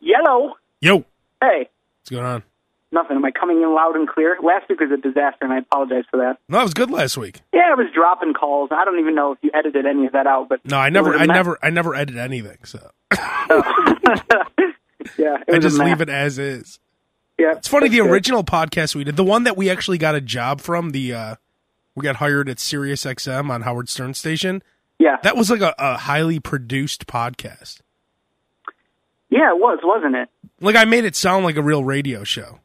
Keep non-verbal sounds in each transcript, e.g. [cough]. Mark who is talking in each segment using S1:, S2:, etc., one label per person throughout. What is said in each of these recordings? S1: Yo,
S2: Yo,
S1: hey,
S2: what's going on?
S1: nothing. Am I coming in loud and clear? Last week was a disaster, and I apologize for that.
S2: No, I was good last week.
S1: Yeah, I was dropping calls. I don't even know if you edited any of that out, but
S2: No, I never,
S1: It was a
S2: I
S1: mess.
S2: never, I never edit anything. So
S1: uh, [laughs] Yeah, it was
S2: I just
S1: a mess.
S2: leave it as is.
S1: Yeah,
S2: It's funny. The
S1: good.
S2: original podcast we did, the one that we actually got a job from, the uh we got hired at Sirius XM on Howard Stern station.
S1: Yeah,
S2: That was like a, a highly produced podcast.
S1: yeah, it was, wasn't it?
S2: Like I made it sound like a real radio show.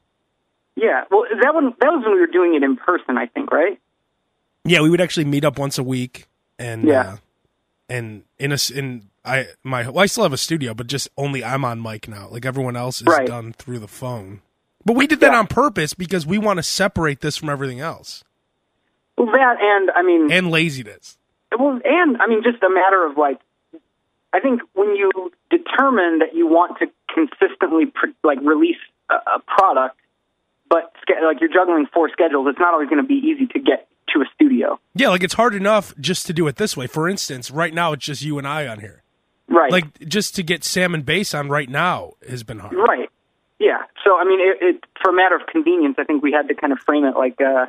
S1: Yeah. Well, that one that was when we were doing it in person, I think, right?
S2: Yeah, we would actually meet up once a week, and
S1: Yeah.
S2: uh, and in a s- in I my well, I still have a studio, but just only I'm on mic now. Like everyone else is
S1: Right.
S2: done through the phone. But we did that on purpose because we want to separate this from everything else
S1: Well, that and I mean,
S2: and laziness.
S1: well, and I mean, just a matter of like, I think when you determine that you want to consistently pr- like release a, a product, but ske- like you're juggling four schedules, it's not always going to be easy to get to a studio,
S2: Yeah, like it's hard enough just to do it this way. For instance, right now it's just you and I on here.
S1: right?
S2: Like just to get Sam and Bass on right now has been hard.
S1: right. Yeah. So I mean, it, it for a matter of convenience, I think we had to kind of frame it like, uh,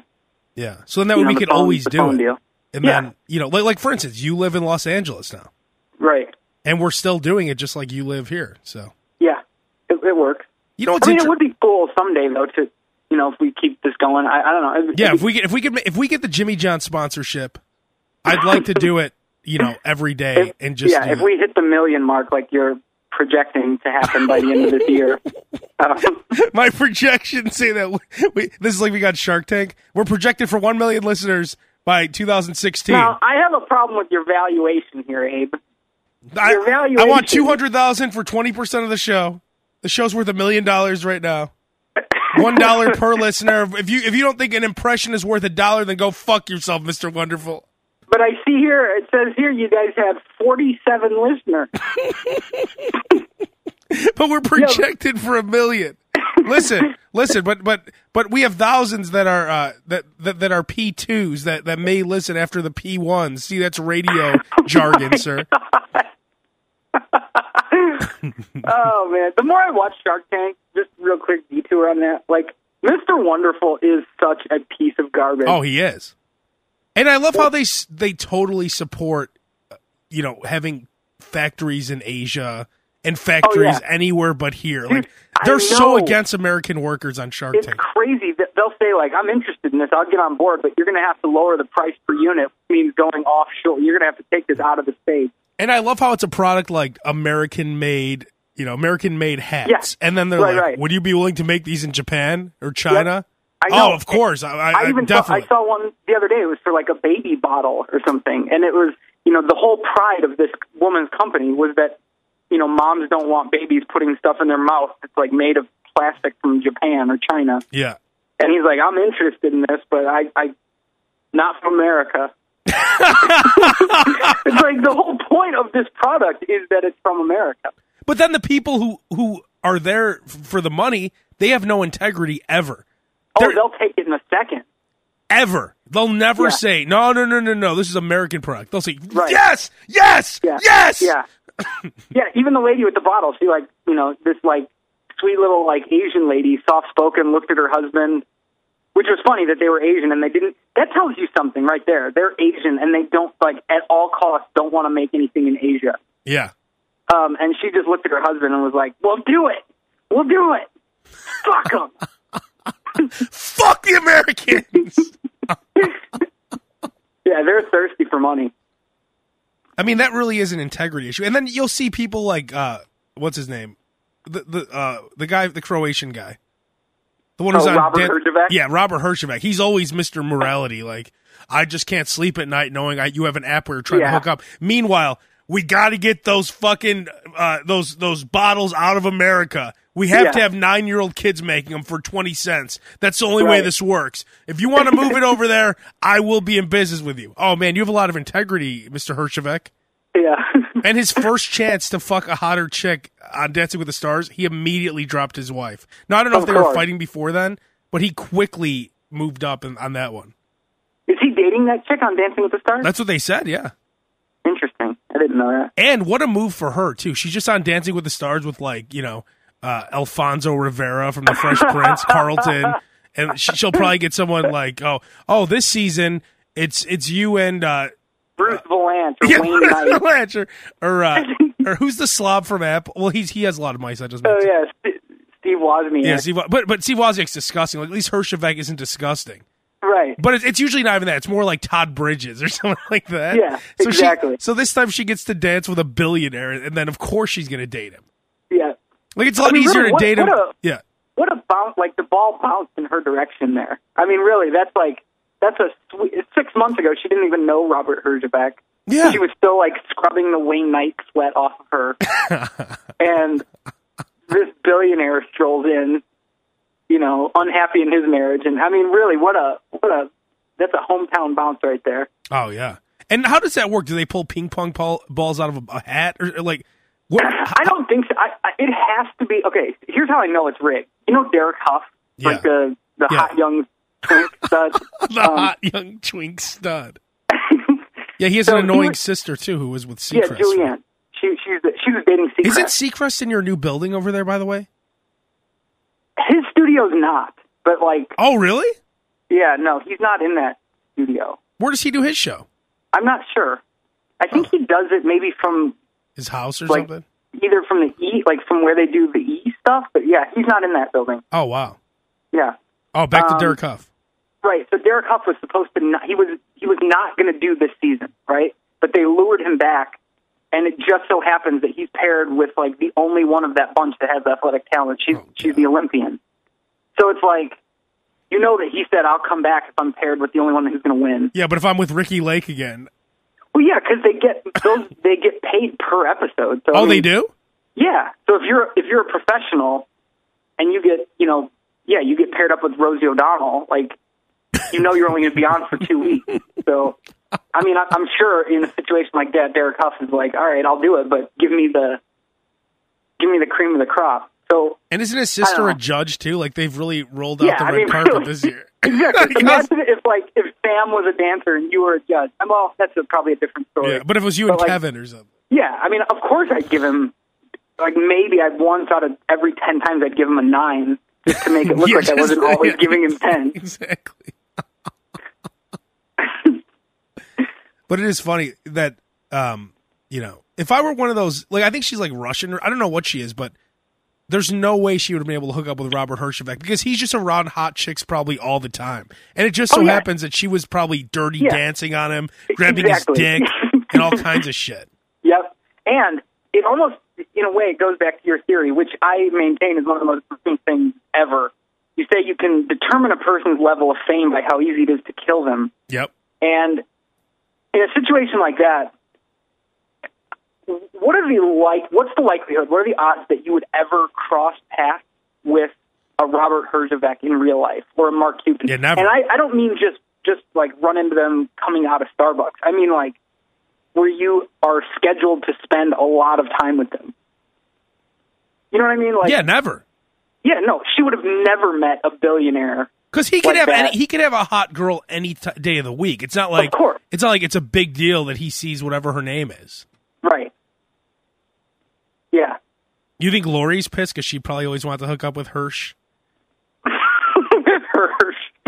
S2: Yeah. So then that
S1: you know,
S2: way Oh, we
S1: the
S2: could
S1: phone-
S2: always
S1: the
S2: do
S1: phone
S2: it.
S1: deal.
S2: And
S1: Yeah.
S2: then you know, like like for instance, you live in Los Angeles now,
S1: Right.
S2: and we're still doing it just like you live here. So.
S1: Yeah. It, it works.
S2: You know,
S1: I
S2: it's
S1: mean, it
S2: inter-
S1: would be cool someday, though, to you know, if we keep this going. I, I don't know. It'd-
S2: [laughs] yeah.
S1: it'd
S2: If we get if we get if we get the Jimmy John sponsorship, I'd like to do it. You know, every
S1: be-
S2: day
S1: if-
S2: and just
S1: yeah.
S2: do
S1: If
S2: it.
S1: we hit the million mark, like you're projecting to happen by the end of this
S2: [laughs]
S1: year, um,
S2: [laughs] my projections say that we, we, this is like we got Shark Tank. We're projected for one million listeners by 2016.
S1: now I have a problem with your valuation here, Abe.
S2: I,
S1: your
S2: I
S1: valuation-
S2: want 200,000 for 20 percent of the show. The show's worth a million dollars right now. One dollar
S1: [laughs]
S2: per listener. If you if you don't think an impression is worth a dollar, then go fuck yourself, Mister Wonderful.
S1: But I see here it says here you guys have 47
S2: [laughs]
S1: listeners.
S2: but we're projected for a million.
S1: [laughs]
S2: Listen, listen, but but but we have thousands that are uh, that, that that are P twos that that may listen after the P ones. See,
S1: [laughs]
S2: that's radio jargon, sir.
S1: oh man! The more I watch Shark Tank, just real quick detour on that. Like Mr. Wonderful is such a piece of garbage.
S2: Oh, he is. And I love how they s- they totally support, uh, you know, having factories in Asia and factories anywhere but here. Like
S1: Oh, I
S2: they're so
S1: know.
S2: against American workers on Shark
S1: it's
S2: Tank.
S1: crazy that they'll say like i'm interested in this i'll get on board but you're going to have to lower the price per unit which means going offshore you're going to have to take this out of the state
S2: And I love how it's a product like American made, you know, American made hats.
S1: Yeah.
S2: And then they're
S1: Right,
S2: like,
S1: right.
S2: "Would you be willing to make these in Japan or China?"
S1: I know.
S2: Oh, of course. I, I,
S1: i even saw,
S2: definitely.
S1: i saw one the other day it was for like a baby bottle or something and it was you know the whole pride of this woman's company was that you know moms don't want babies putting stuff in their mouth that's like made of plastic from japan or china
S2: yeah.
S1: and he's like i'm interested in this but i i not from america [laughs] it's like the whole point of this product is that it's from america
S2: But then the people who who are there f- for the money, they have no integrity ever.
S1: Oh,
S2: They're-
S1: they'll take it in a second.
S2: ever. They'll never
S1: Yeah.
S2: say, "No, no, no, no, no. This is American product." They'll say,
S1: Right.
S2: "Yes, yes,
S1: Yeah.
S2: yes." [coughs]
S1: Yeah. yeah. Even the lady with the bottle, she like, you know, this like sweet little like Asian lady, soft spoken, looked at her husband, which was funny that they were Asian and they didn't. That tells you something right there. They're Asian and they don't like at all costs don't want to make anything in Asia.
S2: Yeah.
S1: Um, and she just looked at her husband and was like, "Well, do it. We'll do it. Fuck
S2: [laughs]
S1: 'em."
S2: Fuck the
S1: [laughs]
S2: Americans.
S1: yeah, they're thirsty for money.
S2: I mean, that really is an integrity issue. And then you'll see people like uh what's his name? The the uh the guy the Croatian guy. The one who's
S1: Oh,
S2: on
S1: Robert
S2: Dan-
S1: Herjavec?
S2: Yeah, Robert Herjavec. He's always Mr. Morality like I just can't sleep at night knowing I, you have an app where you're trying
S1: Yeah.
S2: to hook up. Meanwhile, we got to get those fucking uh, those those bottles out of America. We have
S1: Yeah.
S2: to have nine year old kids making them for twenty cents. That's the only way
S1: Right.
S2: this works. If you want to move it over there, I will be in business with you. Oh man, you have a lot of integrity, Mister Herjavec.
S1: Yeah. [laughs]
S2: And his first chance to fuck a hotter chick on Dancing with the Stars, he immediately dropped his wife. Now I don't know
S1: Of
S2: if they were
S1: course.
S2: fighting before then, but he quickly moved up in, on that one.
S1: is he dating that chick on Dancing with the Stars?
S2: That's what they said, yeah.
S1: Interesting. I didn't know that.
S2: And what a move for her too. She's just on Dancing with the Stars with like you know uh, Alfonso Rivera from the Fresh Prince, Carlton, and she, she'll probably get someone like, oh, oh, this season it's it's you and uh,
S1: Bruce Valanche or
S2: [laughs] yeah,
S1: Wayne Knight.
S2: Blanche or
S1: [laughs]
S2: or, uh, or who's the slob from Apple? Well, he's he has a lot of mice. I just
S1: Oh
S2: mentioned.
S1: yeah, St- Steve Wozniak.
S2: yeah, Steve, but but Steve Wozniak's disgusting. Like, at least Hershevek isn't disgusting.
S1: Right.
S2: But it's, it's usually not even that. It's more like Todd Bridges or [laughs] something like that.
S1: Yeah,
S2: so she-
S1: exactly.
S2: so this time she gets to dance with a billionaire, and then of course she's going to date him.
S1: Yeah.
S2: Like it's a lot
S1: I mean,
S2: easier
S1: really,
S2: to
S1: what-
S2: date him.
S1: what a-
S2: yeah.
S1: What a bounce! Like the ball bounced in her direction there. I mean, really, that's like that's a sweet. Six months ago, she didn't even know Robert Herjavec.
S2: Yeah.
S1: She was still like scrubbing the Wayne Knight sweat off of her, and this billionaire strolls in, you know, unhappy in his marriage. And I mean, really, what a what a that's a hometown bounce right there.
S2: Oh yeah. And how does that work? Do they pull ping pong ball, balls out of a, a hat or, or, like what?
S1: I don't think so. I, I, it has to be okay. Here's how I know it's rigged. You know Derek Huff,
S2: Yeah.
S1: like the the
S2: Yeah.
S1: hot young twink
S2: [laughs]
S1: stud.
S2: the hot young twink
S1: [laughs]
S2: stud. yeah, he has
S1: So
S2: an
S1: he
S2: annoying
S1: was-
S2: sister too, who was with
S1: Yeah,
S2: Seacrest.
S1: Julianne. She she's the, she was dating Secret.
S2: Isn't Seacrest in your new building over there? By the way.
S1: His studio's not, but like
S2: Oh really?
S1: yeah, no, he's not in that studio.
S2: Where does he do his show?
S1: I'm not sure. I think he does it maybe from
S2: His house or
S1: Like-
S2: something?
S1: either from the E, like from where they do the E stuff. But yeah, he's not in that building.
S2: Oh wow.
S1: Yeah,
S2: Oh, back to
S1: Um,
S2: Derek Huff.
S1: right. So Derek Huff was supposed to not. He was he was not going to do this season, right? But they lured him back, and it just so happens that he's paired with like the only one of that bunch that has athletic talent. She's
S2: Oh,
S1: she's the Olympian. So it's like, you know that he said, "I'll come back if I'm paired with the only one who's going to win."
S2: Yeah, but if I'm with Ricky Lake again,
S1: Well, yeah, because they get those they get paid per episode. So I
S2: oh, they
S1: mean,
S2: do.
S1: Yeah. So if you're if you're a professional and you get you know yeah you get paired up with Rosie O'Donnell like you know you're only going to be on for two weeks. So I mean I, I'm sure in a situation like that Derek Huff is like all right I'll do it but give me the give me the cream of the crop. So
S2: And isn't his sister a
S1: know.
S2: judge too? Like they've really rolled out
S1: Yeah,
S2: the
S1: I
S2: red
S1: mean, [laughs]
S2: carpet
S1: really.
S2: this year.
S1: exactly.
S2: [laughs] Yes.
S1: Imagine if like if Sam was a dancer and you were a judge. I'm all that's a, probably a different story.
S2: Yeah, but if it was you
S1: But,
S2: and
S1: like,
S2: Kevin or something.
S1: Yeah, I mean, of course I'd give him like maybe I'd once out of every ten times I'd give him a nine just to make it look
S2: Yeah,
S1: like I wasn't
S2: just-
S1: always
S2: yeah.
S1: giving him ten.
S2: [laughs] Exactly. but it is funny that um, you know, if I were one of those like I think she's like Russian or I don't know what she is, but there's no way she would have been able to hook up with Robert Hershevek because he's just around hot chicks probably all the time. And it just so
S1: Oh, yeah.
S2: happens that she was probably dirty
S1: Yeah.
S2: dancing on him, grabbing
S1: Exactly. [laughs]
S2: his dick and all kinds of shit.
S1: Yep, and it almost in a way it goes back to your theory, which I maintain is one of the most important things ever. You say you can determine a person's level of fame by how easy it is to kill them.
S2: Yep.
S1: And in a situation like that, what are the like? What's the likelihood? What are the odds that you would ever cross paths with a Robert Herzog in real life or a Mark Cuban?
S2: Yeah, never.
S1: And I, I don't mean just just like run into them coming out of Starbucks. I mean like where you are scheduled to spend a lot of time with them. You know what I mean? Like,
S2: Yeah, never.
S1: yeah, no, she would have never met a billionaire
S2: Because he could
S1: like
S2: have
S1: that.
S2: any, he could have a hot girl any t- day of the week. It's not like
S1: course.
S2: it's not like it's a big deal that he sees whatever her name is.
S1: Right. Yeah.
S2: You think Lori's pissed because she probably always wanted to hook up with Hirsch?
S1: Hirsch. [laughs]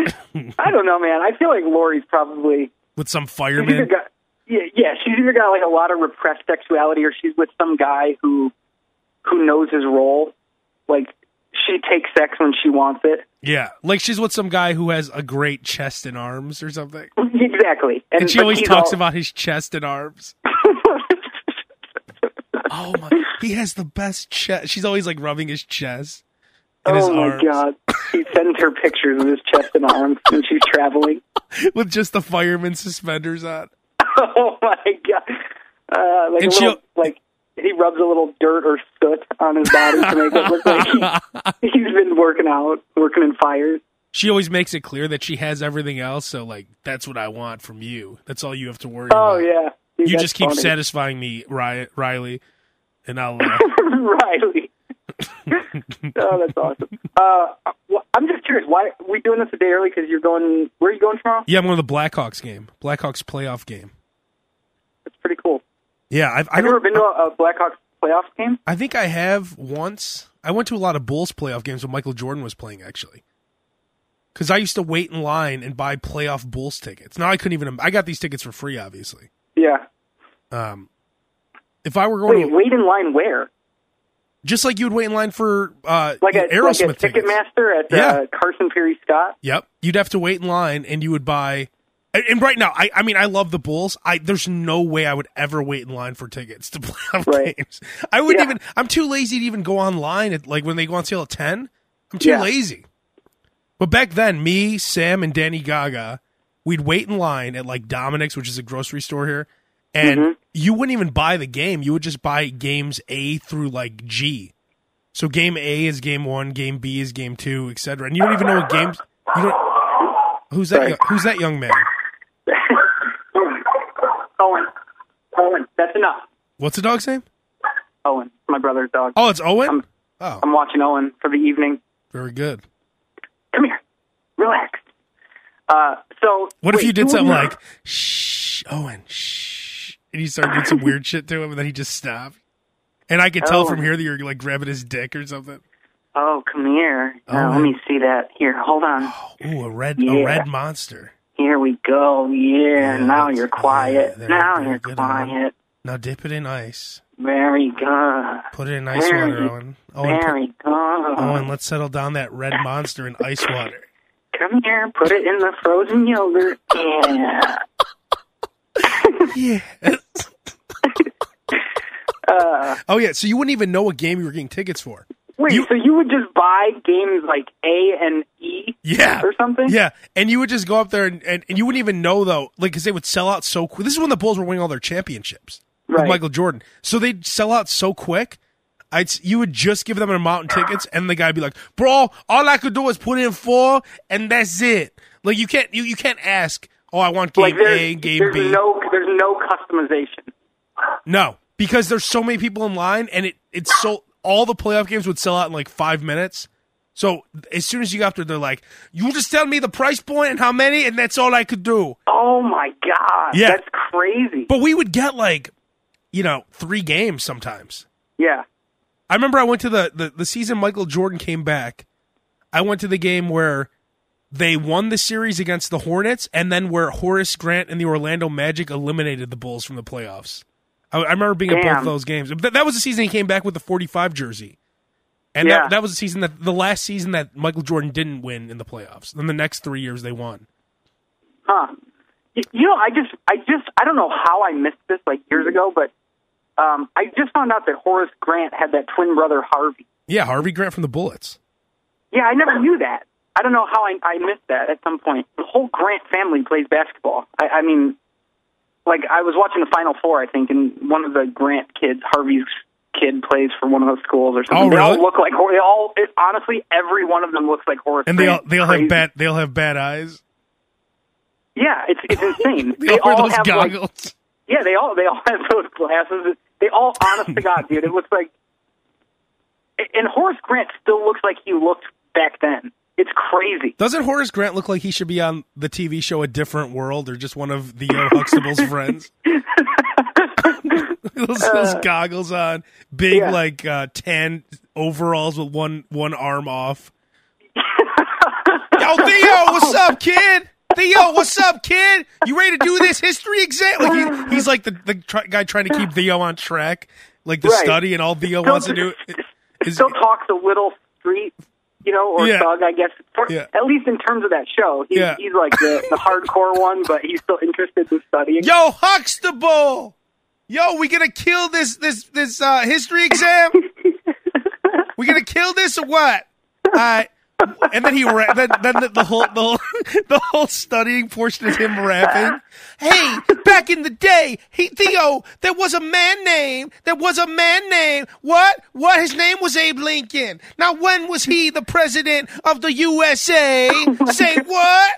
S1: I don't know, man. I feel like Lori's probably
S2: with some
S1: she's either
S2: fireman.
S1: got yeah, yeah, she's either got like a lot of repressed sexuality or she's with some guy who who knows his role. Like she takes sex when she wants it.
S2: Yeah, like she's with some guy who has a great chest and arms
S1: [laughs]
S2: or something.
S1: Exactly.
S2: And she always talks
S1: about.
S2: about his chest and arms.
S1: [laughs]
S2: oh my! He has the best chest. She's always like rubbing his chest [laughs] and his
S1: Oh my
S2: arms
S1: god. He sends her pictures of his chest and arms when she's traveling.
S2: with just the fireman suspenders on.
S1: [laughs] Oh my god! Uh, like
S2: And
S1: a little,
S2: she'll-
S1: like he rubs a little dirt or soot on his body to make it look like he, [laughs] he's been working out, working in fires.
S2: She always makes it clear that she has everything else. So like, that's what I want from you. That's all you have to worry
S1: Oh
S2: about.
S1: yeah, Dude,
S2: You
S1: that's
S2: just keep
S1: funny.
S2: satisfying me, Ri- Riley, and I'll. Uh,
S1: [laughs]
S2: [laughs]
S1: Riley. oh, that's awesome. Uh, well, I'm just curious. Why are we doing this a day early? Because you're going. Where are you going tomorrow?
S2: yeah, I'm going to the Blackhawks game, Blackhawks playoff game.
S1: It's pretty cool.
S2: Yeah, I've, I
S1: Have you
S2: don't-
S1: ever been to a, a Blackhawks playoff game?
S2: I think I have once, I went to a lot of Bulls playoff games when Michael Jordan was playing, actually. Because I used to wait in line and buy playoff Bulls tickets. Now I couldn't even. I got these tickets for free, obviously.
S1: Yeah.
S2: Um, if I were going
S1: Wait,
S2: to,
S1: wait in line where?
S2: just like you would wait in line for uh,
S1: Like a
S2: Aerosmith
S1: like a
S2: tickets.
S1: Ticketmaster at
S2: Yeah.
S1: uh, Carson Perry Scott.
S2: Yep. You'd have to wait in line and you would buy and- and right now, I, I mean, I love the Bulls. I there's no way I would ever wait in line for tickets to [laughs] playoff
S1: Right.
S2: games. I wouldn't
S1: Yeah.
S2: even. I'm too lazy to even go online. At, like when they go on sale at ten, I'm too
S1: Yeah.
S2: lazy. But back then, me, Sam, and Danny Gaga, we'd wait in line at like Dominic's, which is a grocery store here, and
S1: Mm-hmm.
S2: you wouldn't even buy the game. You would just buy games A through like G. So game A is game one, game B is game two, etc. And you don't even know what games. You don't. Who's that?
S1: Sorry.
S2: yo- Who's that young man?
S1: [laughs] Owen, Owen, that's enough.
S2: What's the dog's name?
S1: Owen, my brother's dog.
S2: Oh, it's Owen. Oh,
S1: I'm watching Owen for the evening.
S2: very good.
S1: Come here, relax. Uh, so
S2: What if
S1: wait,
S2: you did
S1: were
S2: something
S1: not-
S2: like "Shh, Owen, shh," and you started doing some weird shit to him, and then he just stopped? And I could tell from
S1: Owen.
S2: here that you're like grabbing his dick or something.
S1: "Oh, come here, Now, let
S2: Owen.
S1: me see that. Here, hold on.
S2: Ooh, a red, a
S1: Yeah.
S2: red monster.
S1: Here we go. Yeah,
S2: Yeah,
S1: now
S2: that's-
S1: you're quiet.
S2: yeah, there-
S1: now
S2: there,
S1: you're
S2: good Owen.
S1: quiet.
S2: Now dip it in ice.
S1: Very good.
S2: Put it in ice
S1: Very-
S2: water, Owen. Owen, put-
S1: Very good.
S2: Owen, let's settle down that red monster in ice
S1: [laughs]
S2: water. [laughs]
S1: Come here, put it in the frozen yogurt. Yeah.
S2: Yeah.
S1: Uh.
S2: oh yeah, so you wouldn't even know what game you were getting tickets for.
S1: Wait,
S2: You-
S1: so you would just buy games like A and E
S2: Yeah.
S1: or something?
S2: Yeah, and you would just go up there and, and, and you wouldn't even know though, like because they would sell out so quick. This is when the Bulls were winning all their championships with
S1: Right.
S2: Michael Jordan, so they'd sell out so quick. I'd s- you would just give them an amount in tickets, and the guy'd be like, "Bro, all I could do is put in four, and that's it. Like you can't you you can't ask. Oh, I want game
S1: Like there's,
S2: A, game
S1: there's
S2: B.
S1: no there's no customization.
S2: No, because there's so many people in line, and it it's so all the playoff games would sell out in like five minutes. So as soon as you got up there, they're like, "You just tell me the price point and how many, and that's all I could do."
S1: Oh my god.
S2: Yeah.
S1: That's crazy.
S2: But we would get like, you know, three games sometimes.
S1: yeah.
S2: I remember I went to the, the the season Michael Jordan came back. I went to the game where they won the series against the Hornets, and then where Horace Grant and the Orlando Magic eliminated the Bulls from the playoffs. I, I remember being at both
S1: Damn.
S2: of those games. That, that was the season he came back with the 45 jersey, and
S1: Yeah.
S2: that, that was the season that the last season that Michael Jordan didn't win in the playoffs. Then the next three years they won.
S1: Huh. Y- You know, I just, I just, I don't know how I missed this like years ago, but um, I just found out that Horace Grant had that twin brother Harvey.
S2: Yeah, Harvey Grant from the Bullets.
S1: Yeah, I never knew that. I don't know how I, I missed that at some point. The whole Grant family plays basketball. I, I mean, like I was watching the Final Four, I think, and one of the Grant kids, Harvey's kid, plays for one of those schools or something.
S2: Oh,
S1: they
S2: really?
S1: all look like Hor- they all. It, honestly, every one of them looks like Horace.
S2: And they all
S1: Grant.
S2: they'll
S1: Crazy.
S2: have bad they'll have bad eyes.
S1: Yeah, it's it's insane.
S2: [laughs] They, all wear those
S1: have like,
S2: goggles.
S1: Yeah, they all they all have those glasses. They all, honest to God, dude, it looks like. And Horace Grant still looks like he looked back then. It's crazy.
S2: Doesn't Horace Grant look like he should be on the TV show A Different World or just one of Theo Huxtable's
S1: [laughs]
S2: friends? those, those goggles on, big
S1: Uh, yeah.
S2: like uh, tan overalls with one one arm off. Yo, Theo, what's up, kid? Theo, what's up, kid? You ready to do this history exam? Like he, he's like the the try guy trying to keep Theo on track, like the
S1: Right.
S2: study, and all Theo wants to do
S1: [laughs]
S2: is
S1: Still talks a little street, you know, or
S2: Yeah.
S1: thug, I guess. For,
S2: Yeah.
S1: At least in terms of that show, he's,
S2: Yeah.
S1: he's like the, the
S2: [laughs]
S1: hardcore one, but he's still interested in studying.
S2: Yo, Huxtable! Yo, we gonna kill this this this uh, history exam? we gonna kill this or what? Uh, and then he ra- then, then the, the whole the whole, [laughs] the whole studying portion is him rapping. Hey, back in the day, he Theo, there was a man named there was a man named what what his name was Abe Lincoln. Now when was he the president of the USA? Say what?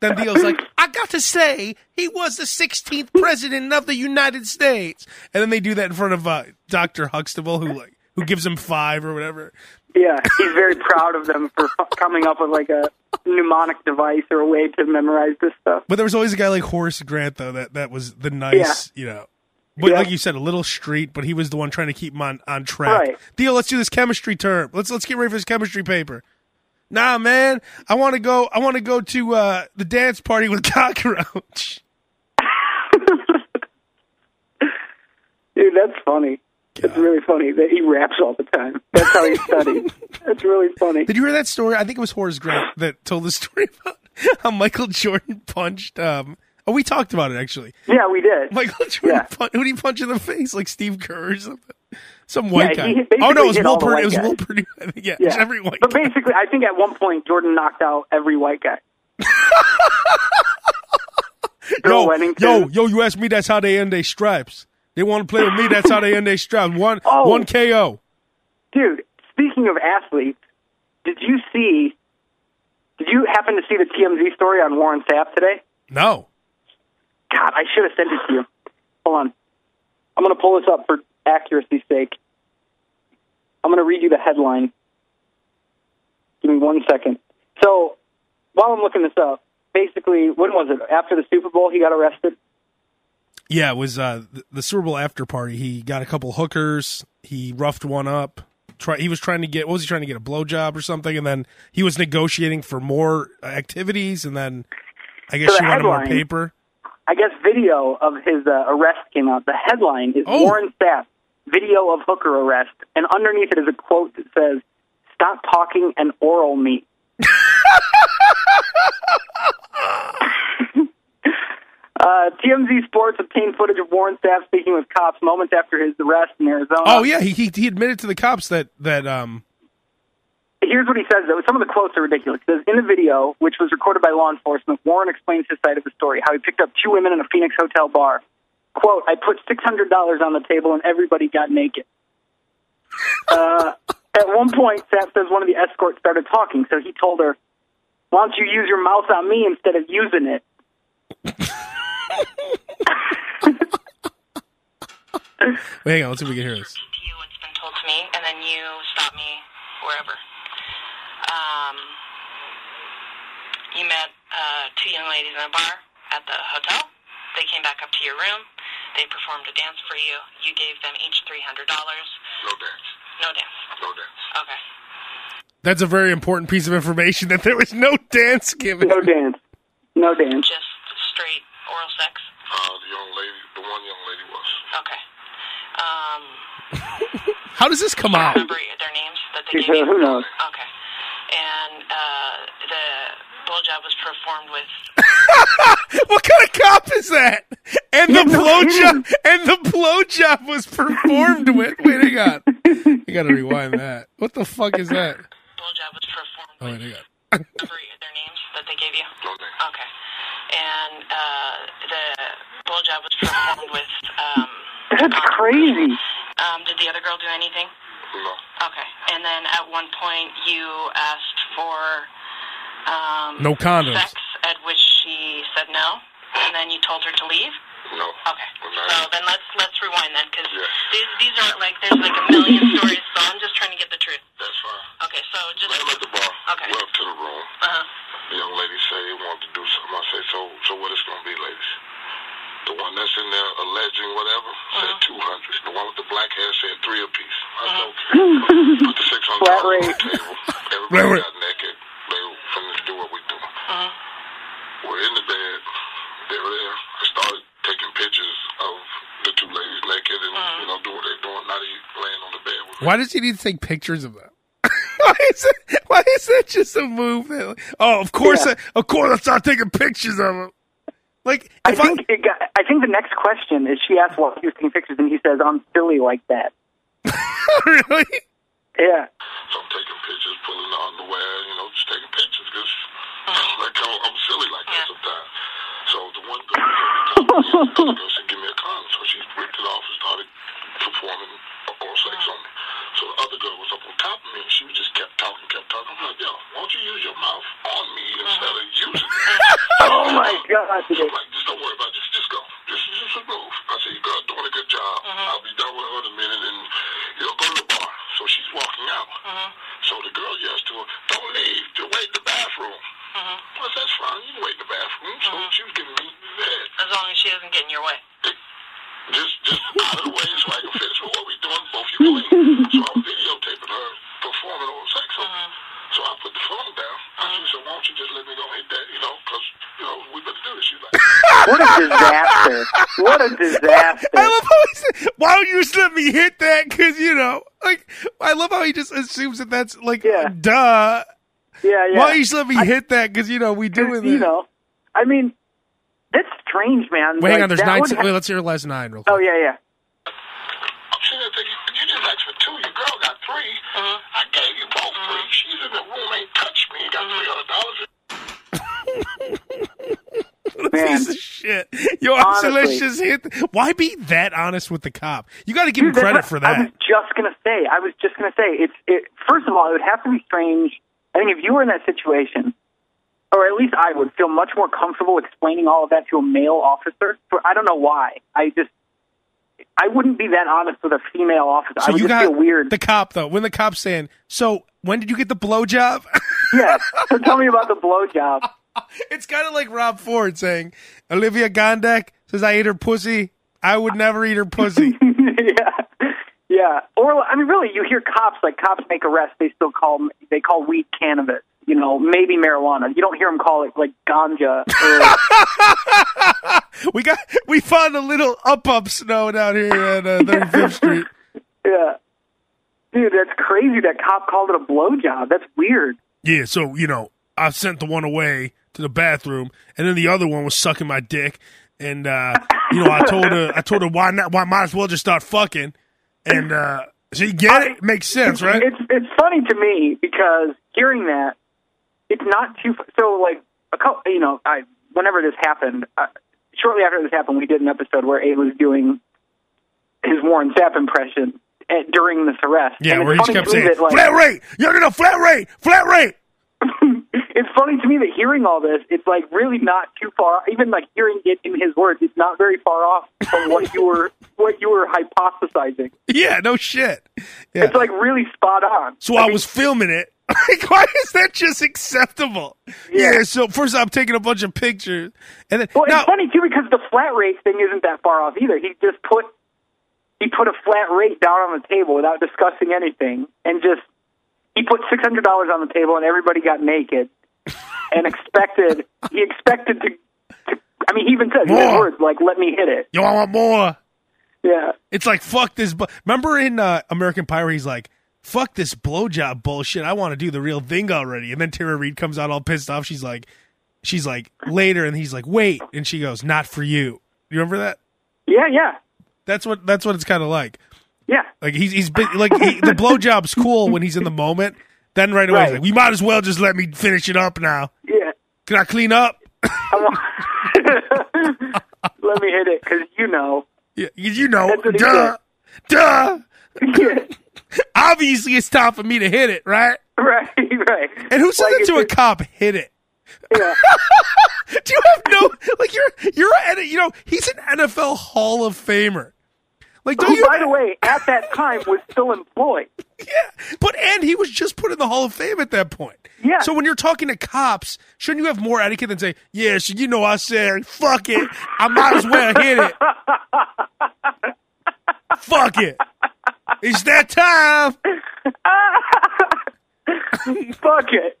S2: Then Theo's like, I got to say, he was the 16th president of the United States. And then they do that in front of uh, Dr. Huxtable, who like who gives him five or whatever.
S1: Yeah, he's very proud of them for fu- coming up with like a mnemonic device or a way to memorize this stuff.
S2: But there was always a guy like Horace Grant, though, that, that was the nice, you know, But
S1: Yeah.
S2: like you said, a little street. But he was the one trying to keep him on on track.
S1: Right.
S2: Deal. Let's do this chemistry term. Let's let's get ready for this chemistry paper. Nah, man. I want to go. I want to go to uh, the dance party with [laughs] cockroach.
S1: Dude, that's funny. That's really funny. That he raps all the time. That's how he
S2: [laughs]
S1: studied. That's really funny.
S2: Did you hear that story? I think it was Horace Grant
S1: [sighs]
S2: that told the story about how Michael Jordan punched. Um, oh, we talked about it actually.
S1: Yeah, we did.
S2: Michael Jordan.
S1: Yeah.
S2: Pun- who did he punch in the face? Like Steve Kerr or something? Some
S1: Yeah,
S2: white
S1: he
S2: guy.
S1: basically
S2: Oh no, it was
S1: hit
S2: Will
S1: all the
S2: Purdue.
S1: white
S2: It was Will
S1: guys.
S2: Purdue. I think. Yeah, it
S1: Yeah.
S2: was every white.
S1: but
S2: guy.
S1: basically, I think at one point Jordan knocked out every white
S2: [laughs]
S1: guy. Bill
S2: yo,
S1: Wennington.
S2: yo, yo, you asked me. That's how they end their stripes. They want to play with me. That's how they end their stripes. One,
S1: [laughs] Oh.
S2: one KO.
S1: Dude, speaking of athletes, did you see? Did you happen to see the TMZ story on Warren Sapp today?
S2: No.
S1: God, I should have sent it to you. Hold on. I'm going to pull this up for accuracy's sake. I'm going to read you the headline. Give me one second. So, while I'm looking this up, basically, when was it? After the Super Bowl, he got arrested.
S2: Yeah, it was uh, the, the Super Bowl after party. He got a couple hookers. He roughed one up. Try, he was trying to get what was he trying to get a blowjob or something, and then he was negotiating for more uh, activities, and then I guess
S1: So the
S2: she wanted more
S1: headline-
S2: paper.
S1: I guess video of his uh, arrest came out. The headline is
S2: Oh.
S1: Warren Sapp, video of hooker arrest, and underneath it is a quote that says, "Stop talking and oral me." [laughs] uh, TMZ Sports obtained footage of Warren Sapp speaking with cops moments after his arrest in Arizona.
S2: Oh yeah, he, he he admitted to the cops that that um
S1: Here's what he says, though. Some of the quotes are ridiculous. He says, In the video, which was recorded by law enforcement, Warren explains his side of the story how he picked up two women in a Phoenix hotel bar. Quote, I put $600 on the table and everybody got naked. uh, at one point, Sapp says one of the escorts started talking, so he told her, Why don't you use your mouth on me instead of using it?
S2: wait, hang on, let's see if we can hear this.
S3: to you what's been told to me, and then you stop me wherever. Um, you met uh, two young ladies in a bar at the hotel. They came back up to your room. They performed a dance for you. You gave them each three hundred dollars.
S4: No dance.
S3: No dance.
S4: No dance.
S3: Okay.
S2: That's a very important piece of information that there was no dance given.
S1: No dance. No dance.
S3: Just straight oral sex.
S4: Uh, the young lady, the one young lady was.
S3: Okay. Um,
S2: How does this come out?
S3: remember their names that they gave you.
S1: Who [laughs] knows?
S3: Okay. And uh, the blowjob was performed
S2: [laughs]
S3: with
S2: What kind of cop is that? And
S1: Yeah,
S2: the
S1: no
S2: blowjob and the blowjob was performed with. Wait,
S1: [laughs]
S2: hang on. I gotta rewind that. What the fuck is that?
S3: blowjob was performed
S2: Oh,
S3: with
S2: wait, hang on.
S3: remember their names that they gave you?
S4: No dance.
S3: Okay. And uh, the blowjob was performed with. Um,
S1: That's crazy.
S3: um, did the other girl do anything?
S4: No.
S3: Okay. And then at one point you asked for um,
S2: No condoms.
S3: sex, at which she said no, and then you told her to leave.
S4: No.
S3: Okay. So then let's let's rewind then, because
S4: Yeah.
S3: these these are like there's like a million stories, so I'm just trying to get the truth.
S4: That's fine.
S3: Okay. So just
S4: Met him at the bar.
S3: Okay.
S4: Went up to the room.
S3: uh,
S4: The young lady said he wanted to do something. I said, so, so what it's gonna be, ladies? The one that's in there alleging whatever said two hundred. The one with the black hair said three apiece. I said, okay. Put the six hundred
S1: Flat
S4: dollars on
S1: rate.
S4: the table.
S2: Right,
S4: Everybody
S2: right.
S4: got naked. They finished do what we do. We're in the bed. They were there. I started taking pictures of the two ladies naked and you know doing what they're doing. Not even laying on the bed with
S2: Why does he need to take pictures of that? [laughs] why, is that why is that just a move? That, oh, of course,
S1: Yeah.
S2: I, of course, I start taking pictures of him. Like
S1: I
S2: if I, [laughs]
S1: think it got, I think the next question is she asked why he was taking pictures, and he says, "I'm silly like that."
S2: Oh, really,
S1: Yeah.
S4: So I'm taking pictures, pulling the underwear, you know, just taking pictures because like I'm, I'm silly like that sometimes. So the one girl, the other girl said, "Give me a condom." So she ripped it off and started performing oral sex on me. So the other girl was up on top of me, and she was just kept talking, kept talking. I'm like, "Yo, why don't you use your mouth on me instead of using?"
S1: Oh my God.
S4: So I'm like, just don't worry about it. Just, just go. Just, just move. I said, your girl's doing a good job. I'll be done with her in a minute, and you'll go to the bar. So she's walking out. So the girl yells to her, don't leave. Just wait in the bathroom. I said, that's fine. You can wait in the bathroom. So she was giving me head.
S3: as long as she doesn't get in your way.
S4: Just, just out of the way so I can finish with what we're doing. Both you believe. So I'm videotaping her performing on saxophone. So I put the phone down. I said, so why don't you just let me go hit that, you know, because, you know, we better do this. She's like,
S1: What a disaster! What a disaster!
S2: [laughs] I love how he said, "Why don't you just let me hit that?" Because you know, like, I love how he just assumes that that's like,
S1: Yeah.
S2: duh.
S1: yeah, yeah.
S2: Why don't you just let me hit that? Because you know, we doing that.
S1: you know, I mean, that's strange, man.
S2: Wait,
S1: Like,
S2: hang on. There's
S1: that
S2: nine.
S1: would
S2: se-
S1: ha-
S2: wait, let's hear last nine real quick.
S1: oh yeah, yeah.
S2: [laughs]
S4: I'm sitting there thinking, you just asked for two. Your girl got 3
S1: Uh-huh.
S4: I gave you both three. She's in the room, ain't touched me, got $300.
S1: Man.
S2: Piece of shit. Yo, I said, let's
S1: Honestly.
S2: just hit. th- Why be that honest with the cop? You got to give him
S1: Dude, that's
S2: credit
S1: what
S2: for
S1: I was
S2: that.
S1: just gonna say. I was just gonna say. It's it. First of all, it would have to be strange. I think if you were in that situation, or at least I would feel much more comfortable explaining all of that to a male officer. For I don't know why. I just I wouldn't be that honest with a female officer. I
S2: So
S1: would
S2: you
S1: just
S2: got
S1: feel weird.
S2: the cop though. When the cop's saying, "So when did you get the blowjob?" [laughs]
S1: yeah. So tell me about the blowjob. [laughs]
S2: it's kind of like Rob Ford saying, "Olivia Gondek says I ate her pussy. I would never eat her pussy."
S1: [laughs] yeah. Yeah. Or I mean really you hear cops like cops make arrests they still call they call weed cannabis, you know, maybe marijuana. You don't hear them call it like ganja or
S2: we got we found a little up up snow down here
S1: [laughs]
S2: at uh, 35th Street.
S1: yeah. Dude, that's crazy that cop called it a blowjob. That's weird.
S2: Yeah, so you know, I sent the one away to the bathroom, and then the other one was sucking my dick, and uh, you know, I told her, I told her why not? Why might as well just start fucking, and uh, she get it makes sense, right?
S1: It's it's funny to me because hearing that, it's not too. So like a couple, you know, I whenever this happened, uh, shortly after this happened, we did an episode where Abe was doing his Warren Sapp impression at, during this arrest.
S2: yeah,
S1: and
S2: where he
S1: it's funny
S2: just kept
S1: to me
S2: saying
S1: that, like,
S2: flat rate, you're gonna flat rate, flat rate. [laughs]
S1: it's funny to me that hearing all this, it's like really not too far. Even like hearing it in his words, it's not very far off from what you were [laughs] what you were hypothesizing.
S2: Yeah, no shit. Yeah.
S1: It's like really spot on.
S2: So I was filming it. [laughs] Like, why is that just acceptable? Yeah.
S1: Yeah.
S2: so first I'm taking a bunch of pictures, and then
S1: Well,
S2: now,
S1: it's funny too because the flat rate thing isn't that far off either. He just put he put a flat rate down on the table without discussing anything, and just he put six hundred dollars on the table, and everybody got
S2: [laughs]
S1: naked and expected he expected to. to I mean, he even said in his
S2: More.
S1: words like, "Let me hit it."
S2: yo, I want more.
S1: Yeah,
S2: It's like fuck this. Bu-. Remember in uh, American Pie where he's like, "Fuck this blowjob bullshit. I want to do the real thing already." And then Tara Reid comes out all pissed off. She's like, she's like later, and he's like, "Wait," and she goes, "Not for you." You remember that?
S1: yeah, yeah,
S2: That's what that's what it's kind of like.
S1: yeah.
S2: Like he's he's been, like he, the blowjob's cool when he's in the moment. Then right away, he's
S1: Right.
S2: like, we might as well just let me finish it up now.
S1: yeah.
S2: Can I clean up?
S1: I'm on- [laughs] Let me hit it because you know. [laughs]
S2: Yeah, you know,
S1: That's what he
S2: duh, duh.
S1: Yeah.
S2: Obviously, it's time for me to hit it, right?
S1: Right, right.
S2: And who says
S1: Like,
S2: it to a
S1: it's-
S2: cop? Hit it.
S1: yeah.
S2: [laughs] Do you have no like you're you're at a, you know he's an NFL Hall of Famer. Like [laughs] don't
S1: Who,
S2: you?
S1: Oh, by the way, at that time was still employed.
S2: yeah, but and he was just put in the Hall of Fame at that point.
S1: Yeah.
S2: So when you're talking to cops, shouldn't you have more etiquette than say, "Yeah, so you know I said, fuck it, I might as well hit it.
S1: [laughs]
S2: fuck it, it's that time."
S1: [laughs] Fuck it.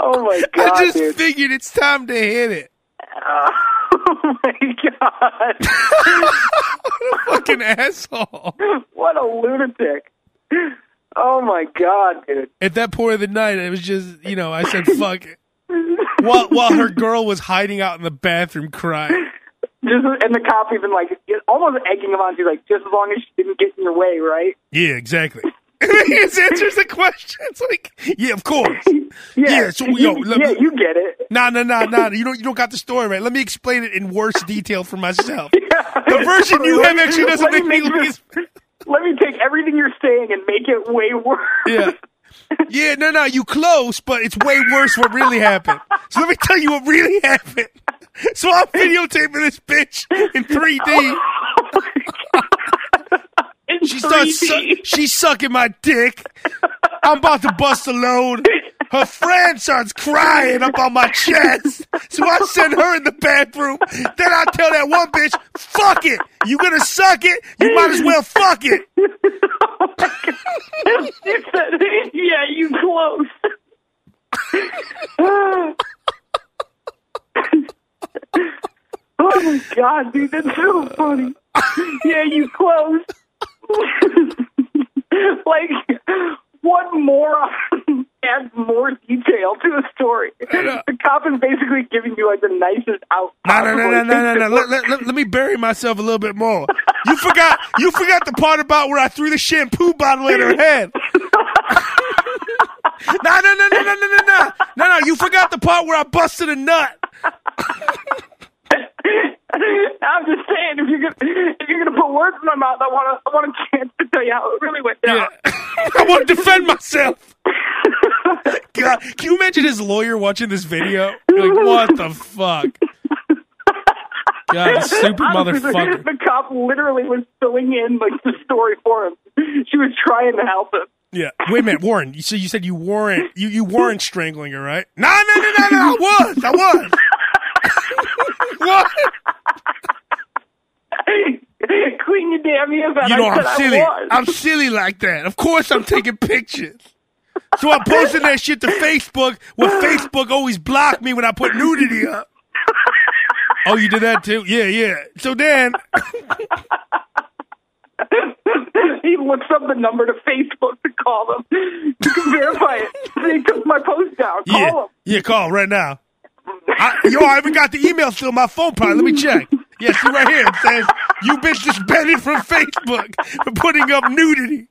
S1: oh my god,
S2: I just
S1: dude.
S2: figured it's time to hit it.
S1: [laughs] oh my god.
S2: Fucking [laughs] asshole.
S1: what a lunatic. Oh my god, dude.
S2: at that point of the night, it was just you know I said fuck it. While while her girl was hiding out in the bathroom crying.
S1: Just and the cop even like almost egging him on. She's like, just as long as she didn't get in your way, right?
S2: Yeah, exactly. [laughs] it answers the question. It's like yeah, of course.
S1: Yeah.
S2: Yeah, so,
S1: you, [laughs]
S2: yo, let
S1: yeah,
S2: me-
S1: you get it.
S2: Nah, nah, nah, nah. You don't you don't got the story right. Let me explain it in worse detail for myself. The version you have actually doesn't
S1: Let
S2: make me look
S1: this- Let me take everything you're saying and make it way worse. [laughs]
S2: Yeah. Yeah, no, no, you close, but it's way worse what really happened. So let me tell you what really [laughs] happened. So I'm videotaping this bitch in 3D. She starts su- she's sucking my dick. I'm about to bust a load. Her friend starts crying up on my chest. So I send her in the bathroom. Then I tell that one bitch, fuck it. You gonna suck it? You might as well fuck it.
S1: [laughs]
S5: You said, yeah, you close.
S1: Oh my god, dude, that's so funny.
S5: Yeah, you close.
S1: [laughs] like, what [laughs] moron adds more detail to the story? The cop is basically giving you like the nicest out.
S2: No, no, no,
S1: possible.
S2: no, no, no, no. Let, let, let, let me bury myself a little bit more. You forgot. You forgot the part about where I threw the shampoo bottle at her [laughs] head. No, no, no, no, no, no, no, no, no, no. You forgot the part where I busted a nut.
S1: I'm just saying, if you're gonna if you're gonna put words in my mouth, I want a, I want a chance to tell you how it really went down.
S2: Yeah. [laughs] I want to defend myself. God, can you imagine his lawyer watching this video? Like, what the fuck? God,
S1: [laughs]
S2: stupid
S1: Honestly, the-
S2: motherfucker.
S1: The cop literally was filling in like the story for him. She was trying to help him.
S2: Yeah. Wait a minute, Warren. You so you said you warrant you you warrant strangling her, right? No, no, no, no, no. I was. I was. [laughs] what?
S1: [laughs] Clean your damn ears out.
S2: You know
S1: I said
S2: I'm silly.
S1: I was.
S2: I'm silly like that. Of course I'm taking pictures. So I'm posting that shit to Facebook. Where Facebook always blocked me when I put nudity up. Oh, you did that too? Yeah, yeah. So then
S1: [laughs] he looks up the number to Facebook to call them [laughs] to can verify it. They took my post down. Call
S2: Yeah,
S1: them.
S2: yeah, call right now. I, yo, I even got the email still on my phone. Probably let me check. Yeah, see right here it says you been suspended from Facebook for putting up nudity.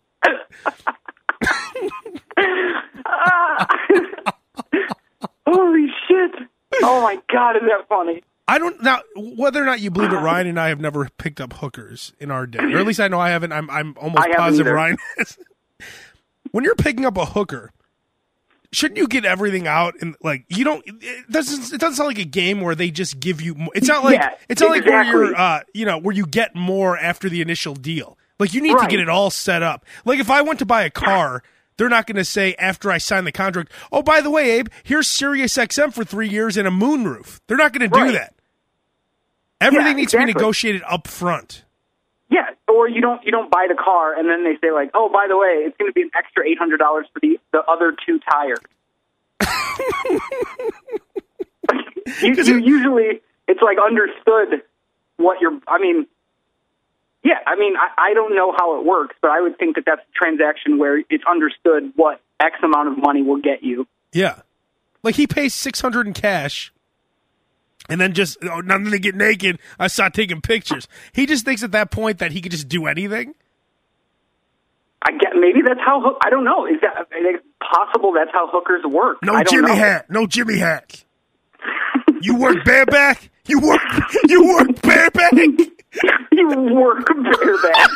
S1: Holy shit! Oh my god, is that funny?
S2: I don't now whether or not you believe it.
S1: Uh-huh.
S2: Ryan and I have never picked up hookers in our day,
S1: [clears throat]
S2: or at least I know I haven't. I'm I'm almost
S1: I haven't
S2: positive
S1: either.
S2: Ryan has. [laughs] When you're picking up a hooker, shouldn't you get everything out and like you don't? It doesn't it doesn't sound like a game where they just give you? mo- It's not like
S1: Yeah,
S2: it's not like where
S1: exactly.
S2: you're uh you know where you get more after the initial deal. Like you need to
S1: Right.
S2: get it all set up. Like if I went to buy a car. They're not going to say after I sign the contract, oh, by the way, Abe, here's Sirius XM for three years and a moonroof. They're not going to do
S1: Right.
S2: that. Everything
S1: Yeah,
S2: needs to be
S1: exactly.
S2: negotiated up front.
S1: Yeah, or you don't you don't buy the car and then they say like, oh, by the way, it's going to be an extra eight hundred dollars for the the other two
S2: [laughs]
S1: tires. you,
S2: 'Cause
S1: you
S2: it-
S1: usually it's like understood what you're. I mean, yeah, I mean I, I don't know how it works, but I would think that that's a transaction where it's understood what X amount of money will get you.
S2: Yeah. Like he pays 600 in cash and then just oh, now I'm going to get naked. I start taking pictures. He just thinks at that point that he could just do anything.
S1: I get maybe that's how hook- I don't know. Is that is it possible? That's how hookers work.
S2: No
S1: I don't
S2: Jimmy
S1: know.
S2: hat. No Jimmy hat. you work bareback? You work [laughs] you work bareback?
S1: [laughs] you work bareback.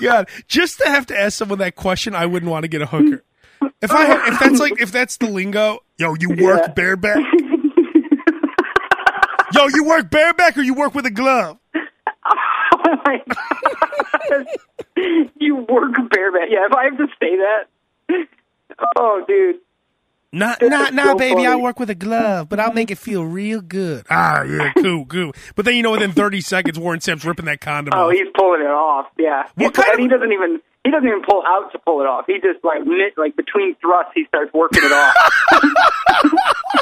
S2: God, just to have to ask someone that question, I wouldn't want to get a hooker. If I had, if that's like if that's the lingo, yo, you work
S1: [laughs]
S2: bareback. yo, you work bareback or you work with a glove.
S1: [laughs] Oh my God. you work bareback. Yeah, if I have to say that. Oh, dude.
S2: Not,
S1: This
S2: not,
S1: is
S2: nah,
S1: so
S2: baby. I
S1: funny.
S2: work with a glove, but I'll make it feel real good. Ah, yeah, cool, cool. But then you know, within thirty seconds, Warren Sapp's ripping that condom.
S1: Oh,
S2: off.
S1: he's pulling it off. Yeah.
S2: What
S1: What
S2: kind of-
S1: and he doesn't even he doesn't even pull out to pull it off. He just like knit like between thrusts he starts working it off.
S2: [laughs]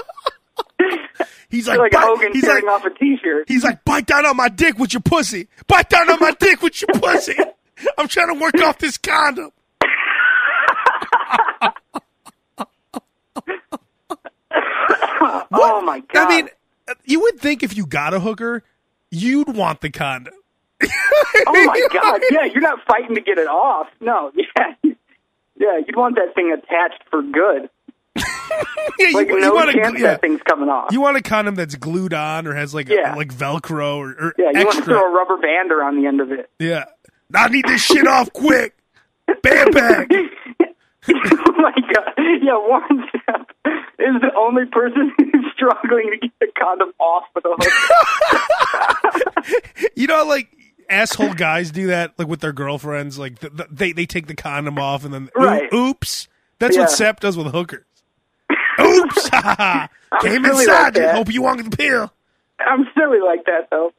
S2: he's like,
S1: It's like
S2: bite-
S1: Hogan
S2: he's like,
S1: tearing off a t-shirt.
S2: he's like, bite down on my dick with your pussy. Bite down on my dick with
S1: [laughs]
S2: your pussy. I'm trying to work off this condom.
S1: Oh my god.
S2: I mean, uh, you would think if you got a hooker, you'd want the condom. [laughs]
S1: Oh my god. Yeah, you're not fighting to get it off. No. [laughs] Yeah. Yeah, you'd want that thing attached for good.
S2: Yeah, you,
S1: Like
S2: you
S1: no
S2: want
S1: chance
S2: a, yeah.
S1: that thing's coming off.
S2: You want a condom that's glued on or has like
S1: Yeah.
S2: a, like Velcro or, or
S1: yeah, you want to
S2: extra.
S1: throw a rubber band around the end of it.
S2: yeah, I need this shit off quick. Bam, bam.
S1: [laughs] oh my god! Yeah, Warren Sapp is the only person [laughs] who's struggling to get the condom off with a hook.
S2: You know, like asshole guys do that, like with their girlfriends. Like th th they they take the condom off and then
S1: Right.
S2: oops. That's what
S1: Yeah. [laughs]
S2: Sep does with hookers. Oops! Haha. Came
S1: really like
S2: inside. you.
S1: that.
S2: Hope you want the pill.
S1: I'm silly like that though.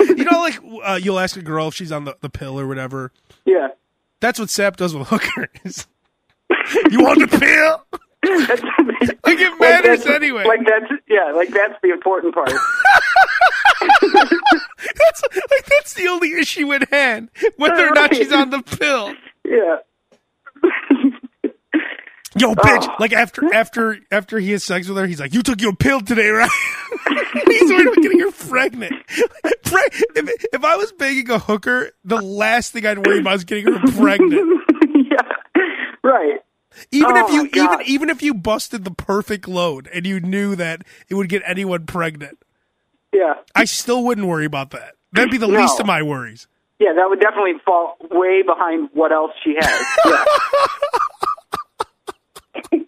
S2: You know, like uh, you'll ask a girl if she's on the, the pill or whatever.
S1: Yeah.
S2: That's what Sap does with hookers. you want the pill? [laughs]
S1: That's,
S2: Like it matters
S1: that's-
S2: anyway.
S1: Like that's yeah, like that's the important part.
S2: That's like that's the only issue at hand, whether or not she's on the pill.
S1: yeah. [laughs]
S2: Yo, bitch!
S1: Oh.
S2: Like after after after he has sex with her, he's like, "You took your pill today, right?" [laughs] he's worried about getting her pregnant. Pre- if, if I was banging a hooker, the last thing I'd worry about is getting her pregnant.
S1: yeah. Right.
S2: Even if
S1: Oh,
S2: you
S1: my God.
S2: even even if you busted the perfect load and you knew that it would get anyone pregnant,
S1: Yeah.
S2: I still wouldn't worry about that. That'd be the
S1: No.
S2: least of my worries.
S1: Yeah, that would definitely fall way behind what else she has. Yeah.
S2: [laughs]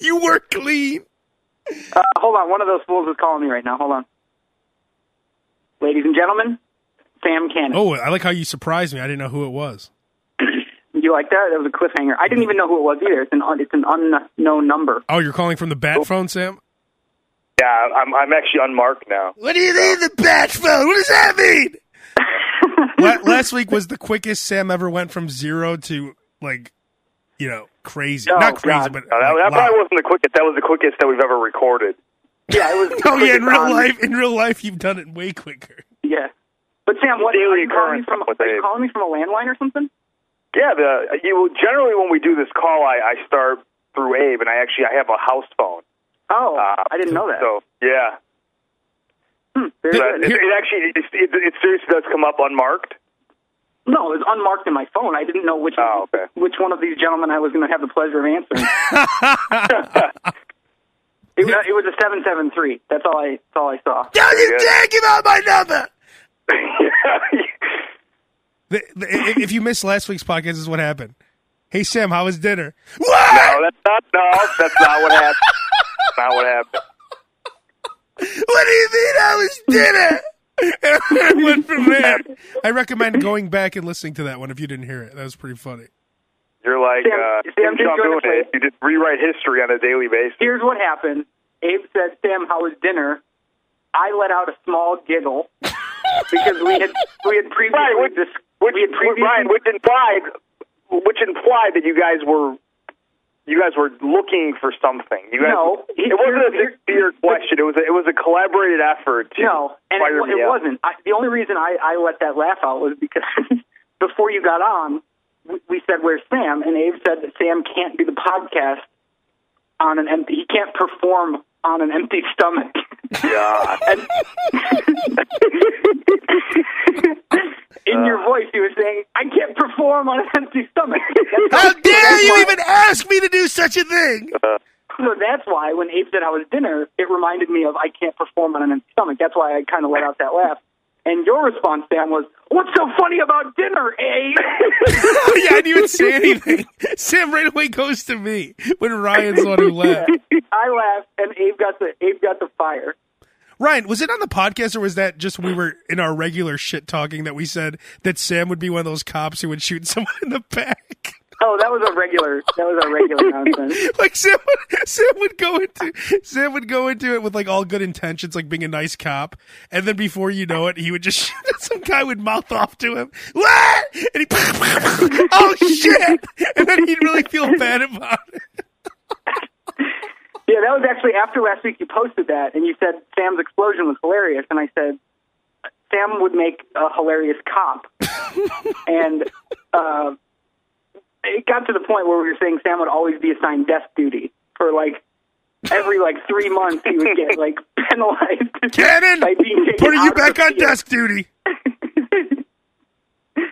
S2: You were clean.
S1: Uh, hold on, one of those fools is calling me right now. Hold on. Ladies and gentlemen, Sam Cannon.
S2: Oh, I like how you surprised me. I didn't know who it was.
S1: You like that? That was a cliffhanger. I didn't even know who it was either. It's an un- it's an unknown number.
S2: Oh, you're calling from the bat phone, Sam?
S6: Yeah, I'm I'm actually unmarked now.
S2: What do you mean the bat phone? What does that
S6: [laughs]
S2: mean? La- last week was the quickest Sam ever went from zero to like, you know, crazy.
S1: Oh,
S2: Not crazy,
S1: God.
S2: but
S6: No, Uh, that,
S2: like,
S6: that
S2: live.
S6: probably wasn't the quickest. That was the quickest that we've ever recorded.
S1: Yeah, it [laughs] was.
S2: Oh yeah, in real
S1: Um,
S2: life, in real life, you've done it way quicker.
S1: Yeah. But Sam, what
S6: Daily
S1: are you calling me
S6: occurrence
S1: from?
S6: with
S1: Are you
S6: Dave.
S1: calling me from a landline or something?
S6: Yeah, the you generally when we do this call, I, I start through Abe, and I actually I have a house phone.
S1: Oh,
S6: Uh,
S1: I didn't know that.
S6: So yeah,
S1: Hmm, very
S2: Did-
S1: good.
S6: it, it actually it, it, it seriously does come up unmarked. [laughs]
S1: No, it was unmarked in my phone. I didn't know which
S6: Oh, okay.
S1: which one of these gentlemen I was going to have the pleasure of [laughs] answering. it, was, it was a seven seven three. That's all I. That's all I saw.
S2: Don't you
S6: Yeah.
S2: dare give out my number.
S6: yeah,
S2: The, the, if if you missed last week's podcast, this is what happened. Hey Sam, how was dinner?
S6: no,
S2: What?
S6: that's not no, that's not what happened. That's not what happened.
S2: What do you mean I was dinner? [laughs] And I went from there. I recommend going back and listening to that one if you didn't hear it. That was pretty funny.
S6: You're like
S1: Sam-
S6: uh,
S1: Sam, just
S6: Kim Jong
S1: join
S6: Un.
S1: us, please.
S6: You just rewrite history on a daily basis.
S1: Here's what happened. Abe said, "Sam, how was dinner?" I let out a small giggle because we had we had previously
S6: Right, which,
S1: dis-
S6: which,
S1: we had previously
S6: Ryan, which implied, which implied that you guys were, you guys were looking for something. You guys,
S1: No, he-
S6: it wasn't a
S1: here-
S6: sincere question. It was, a, it was a collaborated effort. To
S1: No, and
S6: fire
S1: it,
S6: me
S1: it
S6: up.
S1: wasn't. I, the only reason I, I let that laugh out was because [laughs] before you got on, we, we said, "Where's Sam?" And Abe said that Sam can't do the podcast on an empty. He can't perform on an empty stomach.
S6: Yeah.
S1: [laughs] And in your
S6: Uh.
S1: voice, you were saying, "I can't perform on an empty stomach." [laughs] That's
S2: How dare
S1: that's
S2: you
S1: why-
S2: even ask me to do such a thing?
S1: So that's why when Abe said I was dinner, it reminded me of I can't perform on an empty stomach. That's why I kind of let out that laugh. And your response, Sam, was, "What's so funny about dinner, Abe?" [laughs]
S2: [laughs] yeah, I didn't even say anything. Sam right away goes to me when Ryan's the one who [laughs] left.
S1: I laughed, and Abe got the Abe got the fire.
S2: Ryan, was it on the podcast or was that just we were in our regular shit talking that we said that Sam would be one of those cops who would shoot someone in the back?
S1: Oh, that was a regular. That was a regular nonsense.
S2: [laughs] Like Sam would, Sam would go into Sam would go into it with like all good intentions, like being a nice cop, and then before you know it, he would just [laughs] some guy would mouth off to him, what? And he, [laughs] oh shit! And then he'd really feel bad about
S1: [laughs]
S2: it.
S1: Yeah, that was actually after last week. You posted that, and you said Sam's explosion was hilarious, and I said Sam would make a hilarious
S2: [laughs]
S1: cop, and uh, it got to the point where we were saying Sam would always be assigned desk duty for like every like three months. He would get like [laughs] penalized.
S2: Cannon,
S1: by being taken
S2: putting
S1: out
S2: you
S1: of
S2: back
S1: the
S2: on
S1: field.
S2: desk duty.
S1: uh,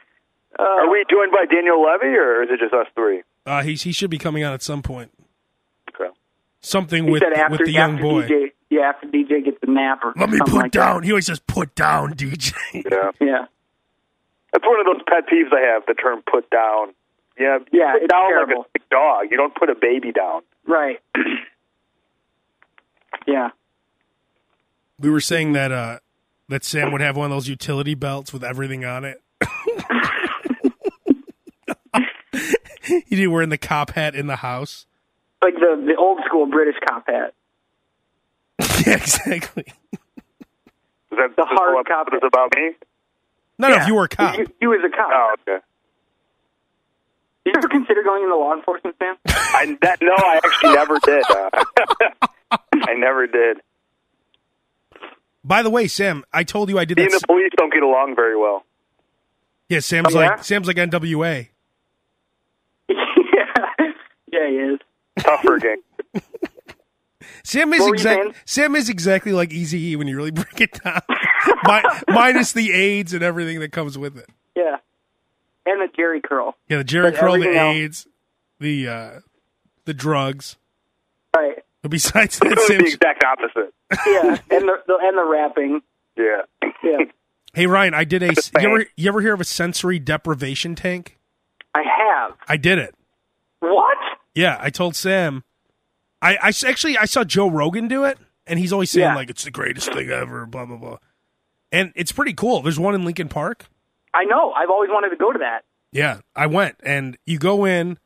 S6: Are we joined by Daniel Levy, or is it just us three?
S2: Uh, he's he should be coming out at some point.
S6: Okay.
S1: [laughs]
S2: Something
S1: He
S2: with
S1: said after
S2: with the young
S1: after
S2: boy.
S1: DJ, yeah, after DJ gets the nap or
S2: Let me
S1: something
S2: put
S1: like
S2: down. He always says, "Put down, DJ."
S6: Yeah.
S1: That. Yeah.
S6: That's one of those pet peeves I have. The term "put down." Yeah. you
S1: Yeah,
S6: Put
S1: it's
S6: down
S1: terrible.
S6: like a sick dog. You don't put a baby down.
S1: Right. [clears throat] yeah.
S2: We were saying that uh, that Sam would have one of those utility belts with everything on it. [laughs] He'd be wearing the cop hat in the house.
S1: like the the old school British cop hat.
S2: [laughs] yeah, exactly.
S6: Is
S1: The
S6: that this
S1: hard
S6: whole episode
S1: copy.
S6: is about me?
S2: No, no, if you were a cop.
S1: You, you was a cop.
S6: Oh, okay.
S1: Did you ever consider going into law enforcement, man?
S6: I, that, no, I actually never did. Uh, [laughs] I never did.
S2: By the way, Sam, I told you I did
S6: Me
S2: that.
S6: and the police don't get along very well.
S2: yeah, Sam's
S1: Oh,
S2: like
S1: yeah?
S2: Sam's like NWA.
S1: yeah, [laughs] yeah, he is.
S2: [laughs]
S6: Tougher gang.
S2: Sam is
S1: What were you saying?
S2: exact. Sam is exactly like Easy E when you really [laughs] break it down, Mi- minus the AIDS and everything that comes with it.
S1: Yeah, and the Jerry curl.
S2: Yeah, the Jerry
S1: But
S2: Curl, the
S1: everything else-
S2: AIDS, the uh, the drugs.
S1: Right. [laughs]
S2: But besides that,
S6: It's the
S2: Sam.
S6: exact opposite.
S1: Yeah, and the, the and the rapping.
S6: Yeah.
S1: Yeah,
S2: Hey Ryan, I did a. You
S6: thing.
S2: ever you ever hear of a sensory deprivation tank?
S1: I have.
S2: I did it.
S1: What?
S2: Yeah, I told Sam. I, I s- actually I saw Joe Rogan do it, and he's always saying
S1: Yeah.
S2: like it's the greatest thing ever, blah blah blah, and it's pretty cool. There's one in Lincoln Park.
S1: I know. I've always wanted to go to that.
S2: Yeah, I went, and you go in,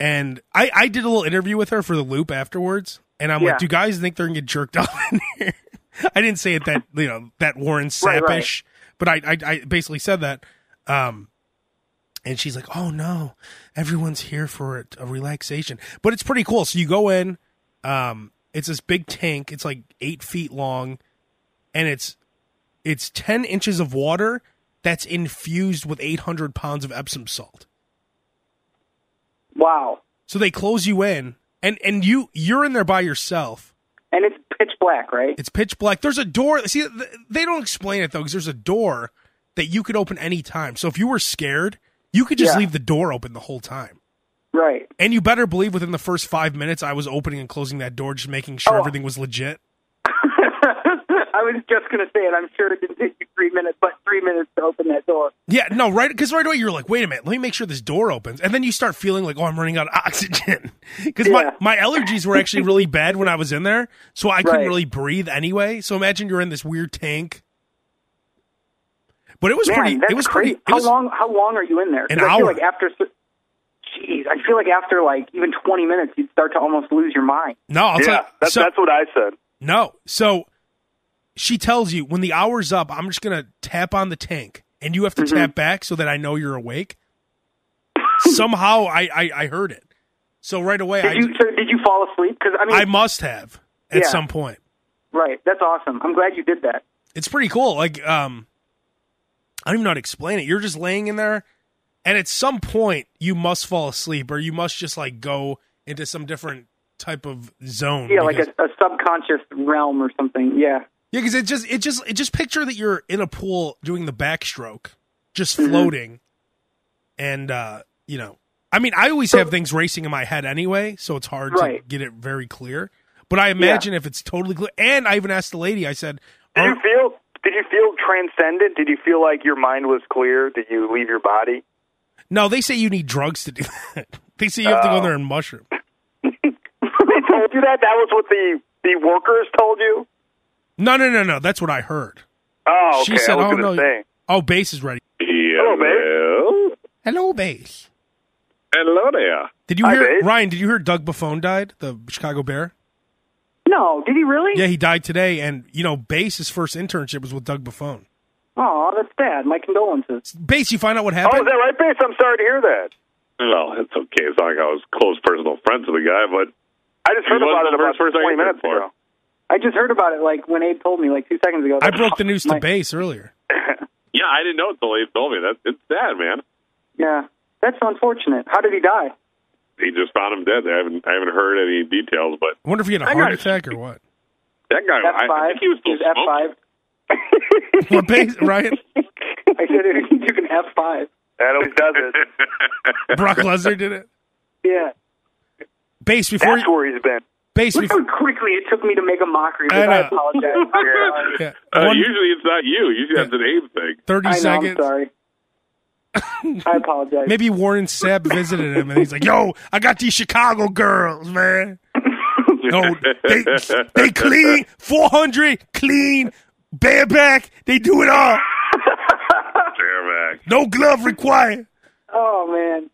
S2: and I I did a little interview with her for the Loop afterwards, and I'm
S1: Yeah.
S2: like, do you guys think they're gonna get jerked [laughs] off in here? I didn't say it that you know that Warren
S1: [laughs] Right, right.
S2: Sappish, but I, I I basically said that. Um, and she's like, "Oh no, everyone's here for a, a relaxation." But it's pretty cool. So you go in. Um, it's this big tank. It's like eight feet long, and it's it's ten inches of water that's infused with eight hundred pounds of Epsom salt.
S1: Wow.
S2: So they close you in, and and you you're in there by yourself.
S1: And it's pitch black, right?
S2: It's pitch black. There's a door. See, th- they don't explain it though, because there's a door that you could open any time. So if you were scared, you could just
S1: Yeah.
S2: leave the door open the whole time.
S1: Right. [laughs]
S2: And you better believe within the first five minutes, I was opening and closing that door, just making sure
S1: Oh.
S2: everything was legit.
S1: I was just gonna say it. I'm sure it didn't take you three minutes, but three minutes to open that door.
S2: Yeah, no, right? Because right away you're like, wait a minute, let me make sure this door opens, and then you start feeling like, oh, I'm running out of [laughs] oxygen because
S1: Yeah.
S2: my my allergies were actually really bad when I was in there, so I couldn't
S1: Right.
S2: really breathe anyway. So imagine you're in this weird tank. But it was
S1: Man,
S2: pretty.
S1: that's
S2: It was
S1: crazy.
S2: pretty. it
S1: how
S2: was-
S1: long? How long are you in there? 'Cause
S2: An
S1: I feel
S2: hour.
S1: like after. s- Jeez, I feel like after like even 20 minutes, you'd start to almost lose your mind.
S2: No, I'll tell
S6: yeah.
S2: you.
S6: That's,
S2: so-
S6: that's what I said.
S2: No. So she tells you when the hour's up, I'm just gonna tap on the tank, and you have
S1: Mm-hmm.
S2: to tap back so that I know
S1: [laughs]
S2: you're awake. Somehow I, I I heard it, so right away
S1: Did
S2: I
S1: you? So did you fall asleep? Because I mean,
S2: I must have at
S1: Yeah.
S2: some point.
S1: right. That's awesome. I'm glad you did that.
S2: It's pretty cool. Like um, I don't even know how to explain it. You're just laying in there, and at some point you must fall asleep, or you must just like go into some different type of zone.
S1: Yeah, like
S2: because-
S1: a, a subconscious realm or something. Yeah.
S2: Yeah, because it just it just it just picture that you're in a pool doing the backstroke, just
S1: Mm-hmm.
S2: floating, and uh, you know, I mean, I always have things racing in my head anyway, so it's hard to
S1: Right.
S2: get it very clear. But I imagine if it's totally clear, and I even asked the lady, I said,
S6: Did
S2: "Are-
S6: you feel? Did you feel transcendent? Did you feel like your mind was clear? Did you leave your body? [laughs]
S2: "No, they say you need drugs to do [laughs] that. they say you have to go in there and mushroom."
S6: they told you that. That was what the the workers told you.
S2: No, no, no, no. That's what I heard.
S6: Oh, okay.
S2: she said,
S6: I was
S2: "Oh
S6: gonna
S2: no,
S6: say.
S2: oh, base is ready.
S6: Hello, babe.
S2: Hello, base.
S7: Hello there.
S2: Did you
S6: Hi,
S2: hear
S6: Baze.
S2: Ryan? Did you hear Doug Buffone died, the Chicago Bear?"
S1: No, did he really?
S2: Yeah, he died today, and you know, Base's first internship was with Doug Buffone.
S1: Oh, that's sad. My condolences.
S2: Base, you find out what
S6: Oh, is
S2: happened.
S6: that right, Bates? I'm sorry to hear that.
S7: Well, it's okay. It's not like I was close personal friends with the guy, but
S6: I just
S7: He
S6: heard about
S7: was
S6: it
S7: the
S6: about
S7: first person I
S6: 20
S7: heard
S6: minutes
S7: for.
S6: ago.
S1: I just heard about it like when Abe told me like two seconds ago.
S2: I broke the news to
S1: My-
S2: Base earlier.
S7: yeah, I didn't know until he told me that. It's sad, man.
S1: Yeah, that's unfortunate. How did he die?
S7: He just found him dead. I haven't, I haven't heard any details, but
S2: I wonder if he had a
S7: I
S2: heart
S7: got it.
S2: attack or what. [laughs]
S7: that guy, [laughs]
S1: F
S7: I, I
S1: five.
S7: think he was still
S1: F
S7: smoking.
S1: five.
S2: What Base, Ryan?
S1: [laughs] I said he took an F five.
S6: That always
S2: [laughs]
S6: does it.
S2: Brock Lesnar did it.
S1: Yeah.
S2: Base before
S6: That's where
S1: [laughs]
S6: he's been.
S2: Base
S1: Look
S2: before.
S1: how quickly it took me to make a mockery. of
S2: I
S1: it. I
S2: know.
S7: [laughs]
S1: apologize. I'm
S2: Yeah,
S7: Uh,
S2: one-
S7: usually it's not you. Usually that's an Abe thing.
S2: Thirty
S1: sorry. I know. I'm
S2: seconds.
S1: sorry. I apologize.
S2: Maybe Warren Sapp visited him, and he's like, "Yo, I got these Chicago girls, man. No, they they clean, four hundred clean, bareback. They do it all.
S7: Damn, man.
S2: No glove required."
S1: Oh man.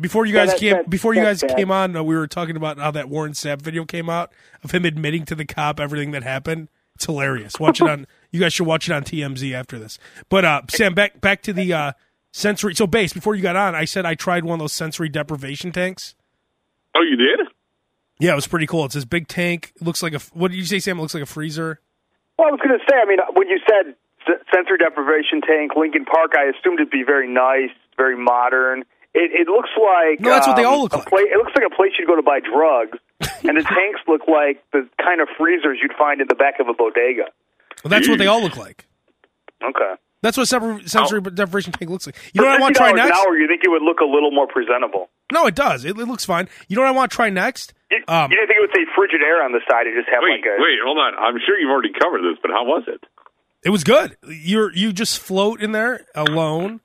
S2: Before you
S1: Yeah,
S2: guys
S1: that-
S2: came,
S1: that-
S2: before you guys
S1: that's bad.
S2: came on, uh, we were talking about how that Warren Sapp video came out of him admitting to the cop everything that happened. It's hilarious.
S1: [laughs]
S2: Watch it on. You guys should watch it on TMZ after this. But uh, Sam, back back to the uh, sensory. So, base before you got on, I said I tried one of those sensory deprivation tanks.
S7: Oh, you did?
S2: Yeah, it was pretty cool. It's this big tank. It looks like a. What did you say, Sam? It looks like a freezer.
S6: Well, I was going to say, I mean, when you said s- sensory deprivation tank, Lincoln Park, I assumed it'd be very nice, very modern. It, it looks like um,
S2: No, that's what they all look
S6: a
S2: like.
S6: pla- it looks like a place you'd go to
S2: [laughs]
S6: buy drugs, and the tanks look like the kind of freezers you'd find in the back of a bodega.
S2: Well, that's what they all look like.
S6: Okay.
S2: That's what sensory, sensory deprivation tank looks like. You
S6: For
S2: know what I want to try
S6: $50
S2: next?
S6: Oh. An hour, you think it would look a little more presentable?
S2: No, it does. It, it looks fine. You know what I want to try next?
S6: You,
S2: Um,
S6: you didn't think it would say frigid air on the side? It just have
S7: Wait,
S6: like a
S7: wait, hold on. I'm sure you've already covered this, but how was it?
S2: It was good. You're you just float in there alone,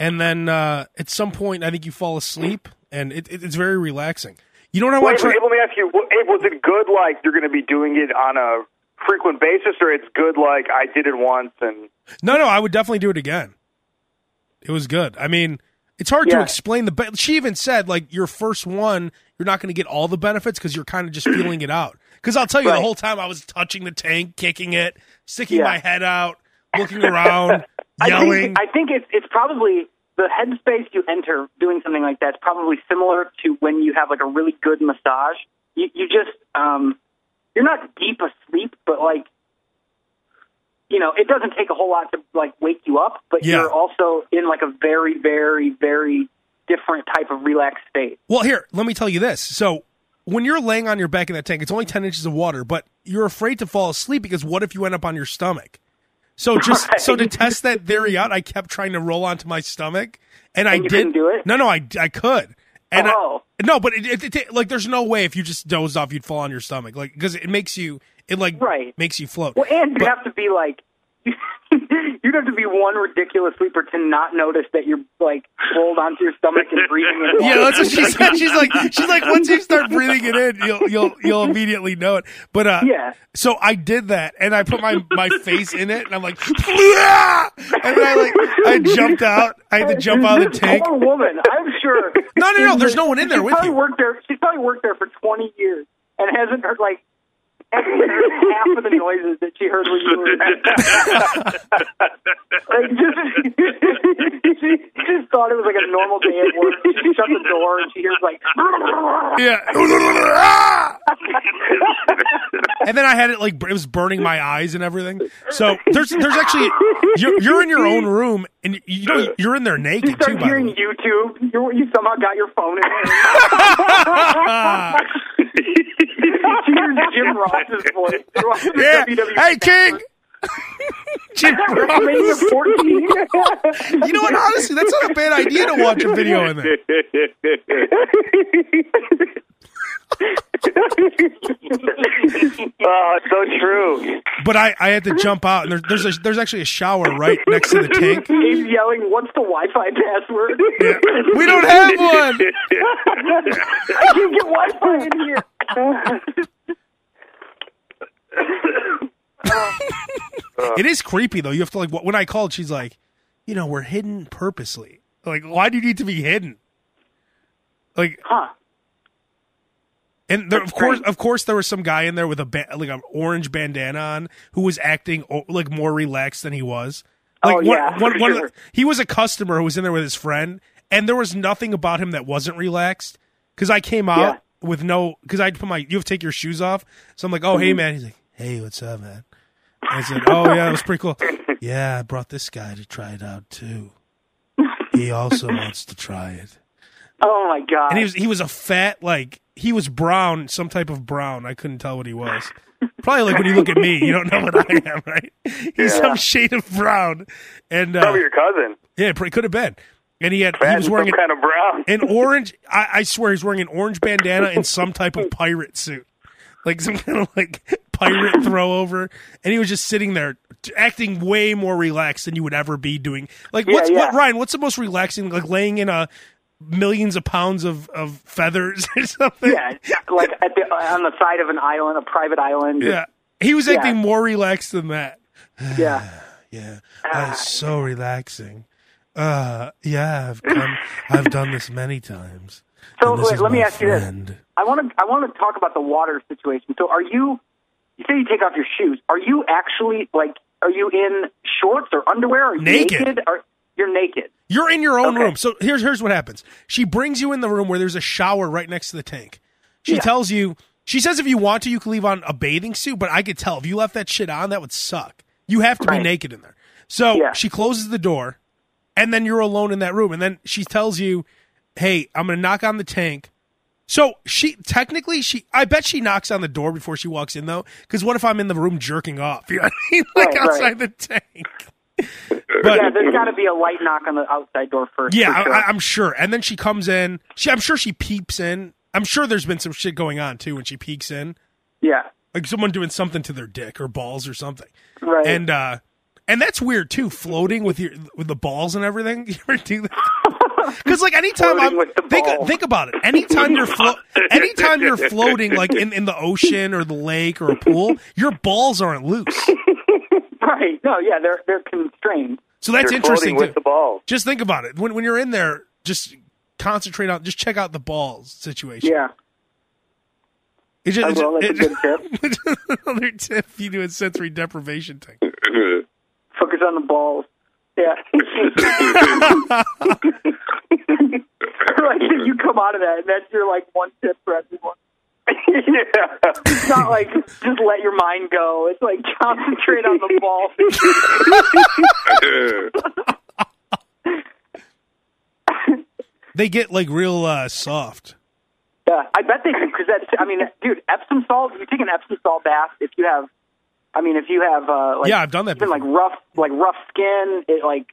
S2: and then uh, at some point, I think you fall asleep, and it, it, it's very relaxing. You know what I
S6: Wait,
S2: want to try?
S6: Abe, let me ask you, what- Abe, was it good like you're going to be doing it on a frequent basis, or it's good like I did it once and
S2: No, no, I would definitely do it again. It was good. I mean, it's hard to
S6: Yeah.
S2: explain the. Be- she even said like your first one, you're not going to get all the benefits because you're kind of just feeling it out. Because I'll tell you, the
S6: Right.
S2: whole time I was touching the tank, kicking it, sticking
S1: Yeah.
S2: my head out, looking
S6: [laughs]
S2: around,
S1: I
S2: [laughs] yelling.
S1: think, I think it's, it's probably the headspace you enter doing something like that's probably similar to when you have like a really good massage. You, you just, um, you're not deep asleep, but like, you know, it doesn't take a whole lot to like wake you up, but
S2: Yeah.
S1: you're also in like a very, very, very different type of relaxed state.
S2: Well, here, let me tell you this. So, when you're laying on your back in that tank, it's only 10 inches of water, but you're afraid to fall asleep because what if you end up on your stomach? So
S1: [laughs]
S2: just so to test that theory out, I kept trying to roll onto my stomach, and, I
S1: you
S2: did
S1: couldn't do it?
S2: No, no, I, I could. And I-
S1: Oh.
S2: no, but it, it, it- like there's no way if you just dozed off, you'd fall on your stomach, like because it makes you it like
S1: Right.
S2: makes you float.
S1: Well, and you'd
S2: But-
S1: have to be like, [laughs] you'd have to be one ridiculous sleeper to not notice that you're like rolled onto your stomach and breathing.
S2: [laughs]
S1: in
S2: Yeah,
S1: water.
S2: that's what she said. She's
S1: [laughs]
S2: like, she's like, once you start breathing it in, you'll you'll you'll immediately know it. But uh,
S1: Yeah.
S2: So I did that, and I put my my face in it, and I'm like, "Yeah!" and then I like I jumped out. I had to jump out of the
S1: This
S2: tank.
S1: Poor woman, I'm sure.
S2: [laughs] No, no, no, there's no one in there
S1: She
S2: with
S1: probably
S2: you.
S1: worked there. Oh, She's probably worked there for 20 years and hasn't heard like hasn't heard half of the noises that she heard when you were there.
S2: [laughs]
S1: like just, [laughs] she just thought it was like a normal day at work. She shut the door and she hears like. [laughs]
S2: Yeah. and then I had it like it was burning my eyes and everything. So there's there's actually you're, you're in your own room and you know you're in there
S1: You
S2: naked too.
S1: start
S2: By the way.
S1: hearing YouTube. You, you somehow got your phone in
S2: [laughs]
S1: [laughs] there. she hears Jim Ross's voice. They're watching the
S2: Yeah.
S1: WWE
S2: Hey, King. [laughs] Jim Ross.
S1: WrestleMania 14.
S2: You know what? Honestly, that's not a bad idea to watch a video in there.
S6: [laughs] oh, it's so true.
S2: But I, I had to jump out, and there, there's a, there's actually a shower right next to the tank.
S1: [laughs] He's yelling, "What's the Wi-Fi password?"
S2: We don't have one.
S1: [laughs] I can't get Wi-Fi in here.
S2: It is creepy though. You have to like when I called, she's like, you know, we're hidden purposely. Like, why do you need to be hidden? Like,
S1: huh?
S2: and there, of course, of course, there was some guy in there with a ba- like an orange bandana on who was acting o- like more relaxed than he was. Like
S1: Oh,
S2: one,
S1: yeah, [laughs]
S2: one-
S1: for
S2: one of the-
S1: sure.
S2: he was a customer who was in there with his friend, and there was nothing about him that wasn't relaxed. Because I came out with no, because I put my, you have to take your shoes off. So I'm like, oh hey
S1: Mm-hmm.
S2: man, he's like, hey what's up man? I said, oh yeah, it was
S1: [laughs]
S2: pretty cool. yeah, I brought this guy to try it out too. He also wants to try it.
S1: [laughs] Oh my god!
S2: And he was he was a fat like he was brown, some type of brown. I couldn't tell what he was. Probably like when you look at me, you don't know what I am, right? He's some shade of brown, and uh,
S6: Probably your cousin.
S2: yeah, it could have been. And he had he
S6: Fat
S2: was
S6: and
S2: wearing
S6: some
S2: an,
S6: kind of brown.
S2: an orange. I, I swear he's wearing an orange bandana and some type of pirate suit, like some kind of like pirate throwover. And he was just sitting there t- acting way more relaxed than you would ever be doing. Like what's
S1: yeah.
S2: what Ryan? What's the most relaxing? Like laying in a millions of pounds of of feathers [laughs] or something.
S1: yeah, like at the on the side of an island, a private island.
S2: Yeah. He was acting
S1: Yeah.
S2: more relaxed than that.
S1: yeah.
S2: Yeah, that is so relaxing. Uh, yeah, I've done, I've done this many times.
S1: So
S2: And this
S1: wait,
S2: is
S1: let me
S2: my
S1: ask you this.
S2: friend.
S1: I want to I want to talk about the water situation. So are you? You say you take off your shoes. Are you actually like? Are you in shorts or underwear? Are you
S2: Naked.
S1: naked? Are, you're naked.
S2: You're in your own
S1: Okay.
S2: room. So here's here's what happens. She brings you in the room where there's a shower right next to the tank. She
S1: Yeah.
S2: tells you she says if you want to you can leave on a bathing suit, but I could tell if you left that shit on that would suck. You have to be
S1: Right.
S2: naked in there. So
S1: Yeah.
S2: she closes the door and then you're alone in that room and then she tells you, "Hey, I'm going to knock on the tank." So she technically she I bet she knocks on the door before she walks in though cuz what if I'm in the room jerking off? [laughs] You know what I mean? Like
S1: Right, right.
S2: outside the tank. But
S1: Yeah, there's got to be a light knock on the outside door first.
S2: yeah,
S1: for sure.
S2: I, I, I'm sure. And then she comes in. She, I'm sure she peeps in. I'm sure there's been some shit going on too when she peeks in,
S1: yeah,
S2: like someone doing something to their dick or balls or something.
S1: right.
S2: And uh, and that's weird too, floating with your with the balls and everything. [laughs] You ever
S1: [laughs]
S2: do that? Because like anytime
S1: Floating
S2: I'm
S1: with the
S2: think
S1: balls.
S2: think about it. Anytime
S1: [laughs]
S2: you're flo- anytime you're floating like in, in the ocean or the lake or a pool, your balls aren't loose.
S1: [laughs] right. No, yeah, they're they're constrained.
S2: So that's
S6: You're
S2: interesting.
S6: floating with
S2: too.
S6: the balls.
S2: just think about it. When when you're in there, just concentrate on just check out the balls situation.
S1: Yeah.
S2: It just,
S1: I
S2: it
S1: will.
S2: just-
S1: That's a good
S2: [laughs] it- Another tip if you do a sensory deprivation thing.
S1: Focus on the balls.
S2: [laughs]
S1: Yeah. [laughs] like if you come out of that, and that's your like one tip for everyone. [laughs]
S6: yeah.
S1: It's not like just let your mind go. It's like concentrate on the ball.
S2: [laughs] They get like real uh, soft.
S1: Yeah, I bet they do because that's. I mean, dude, Epsom salt. You take an Epsom salt bath if you have. I mean, if you have uh, like
S2: Yeah, I've done that
S1: even like
S2: before.
S1: rough like rough skin, it like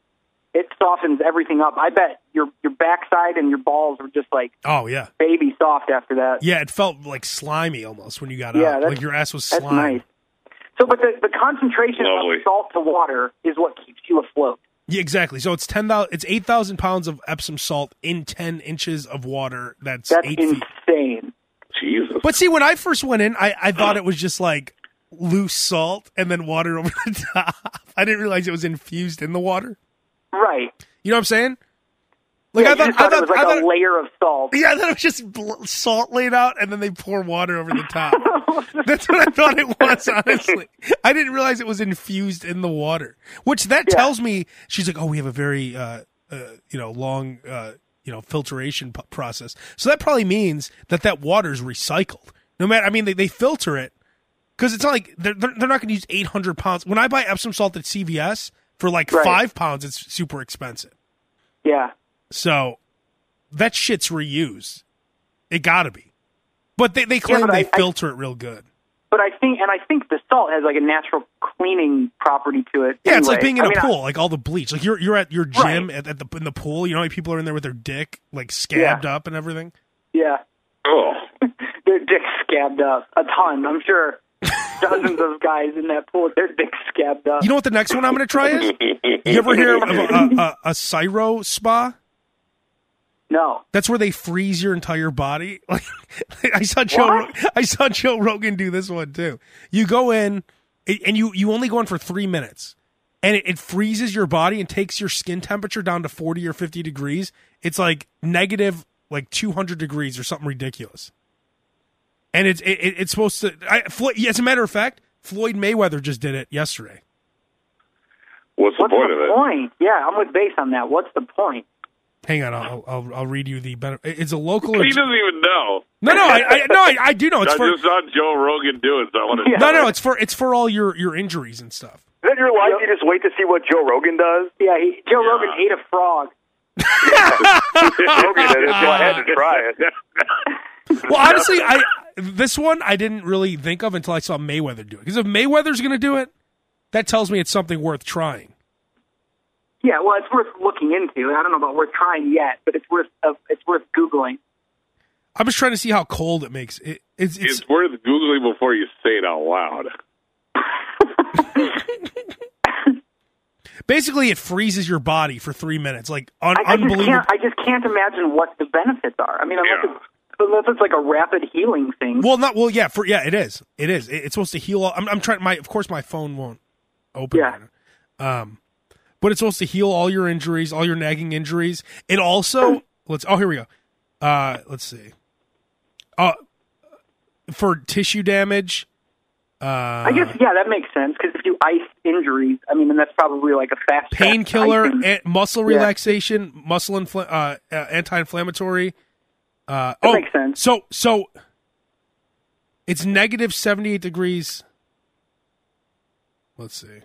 S1: it softens everything up. I bet your your backside and your balls are just like
S2: Oh yeah,
S1: baby soft after that.
S2: yeah. It felt like slimy almost when you got
S1: Yeah,
S2: out.
S1: that's-
S2: Like your ass was
S1: That's
S2: slime.
S1: nice. So, but the, the concentration
S7: Lovely.
S1: of salt to water is what keeps you afloat.
S2: Yeah, exactly. So it's ten thousand. It's eight thousand pounds of Epsom salt in ten inches of water. That's,
S1: That's
S2: eight feet.
S1: insane.
S7: Jesus.
S2: But see, when I first went in, I, I thought it was just like loose salt and then water over [laughs] the top. I didn't realize it was infused in the water.
S1: Right.
S2: You know what I'm saying? Like
S1: yeah,
S2: I
S1: you
S2: thought,
S1: just thought
S2: I
S1: it
S2: thought,
S1: was like
S2: I
S1: a
S2: thought,
S1: layer of salt.
S2: yeah, I thought it was just bl- salt laid out, and then they pour water over the
S1: [laughs]
S2: top. That's what I thought it was. Honestly, I didn't realize it was infused in the water. Which that
S1: Yeah.
S2: tells me she's like, oh, we have a very, uh, uh, you know, long, uh, you know, filtration p- process. So that probably means that that water's recycled. No matter, I mean, they, they filter it because it's not like they're they're, they're not going to use eight hundred pounds. When I buy Epsom salt at CVS for like
S1: Right.
S2: five pounds, it's super expensive.
S1: Yeah.
S2: So that shit's reused. It gotta be. But they, they claim
S1: but
S2: they
S1: I- I-
S2: filter it real good.
S1: But I think, and I think the salt has like a natural cleaning property to it.
S2: Yeah, it's like being in
S1: a
S2: a pool, like all the bleach. Like you're you're at your gym at, at the in the pool. You know, how many people are in there with their dick like scabbed up and everything.
S1: yeah,
S7: oh,
S1: [laughs] their dicks scabbed up a ton. I'm
S2: [laughs]
S1: sure dozens of guys in that pool, their dicks scabbed up.
S2: You know what the next one I'm going to try
S1: [laughs]
S2: is? You ever hear of a, a, a, a Syro spa?
S1: no,
S2: That's where they freeze your entire body. [laughs] Like I saw Joe, I saw Joe Rogan do this one too. You go in, it, and you you only go in for three minutes, and it, it freezes your body and takes your skin temperature down to forty or fifty degrees. It's like negative like two hundred degrees or something ridiculous. And it's it, it- it's supposed to. I, Floyd, as a matter of fact, Floyd Mayweather just did it yesterday.
S7: what's the
S1: what's
S7: point of
S1: the
S7: it?
S1: point? Yeah, I'm with base on that. What's the point?
S2: Hang on, I'll I'll, I'll read you the better. It's a local.
S7: He doesn't even know.
S2: no, no, I, I no, I, I do know. It's
S7: I
S2: for
S7: just saw Joe Rogan do it, so
S1: [laughs]
S4: [laughs]
S7: I want to.
S1: Yeah.
S2: No, no, it's for it's for all your your injuries and stuff.
S6: Is that your life? You just wait to see what Joe Rogan does?
S1: Yeah, he, Joe Rogan ate a frog.
S6: Rogan did it, so I had to try it.
S2: Uh, [laughs] Well, honestly, I this one I didn't really think of until I saw Mayweather do it. Because if Mayweather's going to do it, that tells me it's something worth trying.
S1: Yeah, well, it's worth looking into. I don't know about worth trying yet, but it's worth uh, it's worth googling.
S2: I'm just trying to see how cold it makes it. It's, it's,
S7: It's worth googling before you say it out loud.
S2: basically it freezes your body for three minutes, like un-
S1: I, I just
S2: unbelievable.
S1: can't. I just can't imagine what the benefits are. I mean, unless,
S7: Yeah.
S1: it's, unless it's like a rapid healing thing.
S2: Well, not well. Yeah, for yeah, it is. It is. It, it's supposed to heal. All, I'm, I'm trying. My of course my phone won't open.
S1: Yeah.
S2: right now. Um, but it's supposed to heal all your injuries, all your nagging injuries. It also let's oh here we go. Uh, let's see. Uh, for tissue damage. Uh,
S1: I guess yeah, that makes sense because if you ice injuries, I mean, then that's probably like a fast track [laughs]
S2: painkiller,
S1: icing.
S2: an- muscle
S1: Yeah.
S2: relaxation, muscle infl- uh, uh, anti-inflammatory. Uh, oh,
S1: makes sense.
S2: So, so it's negative seventy-eight degrees. Let's see.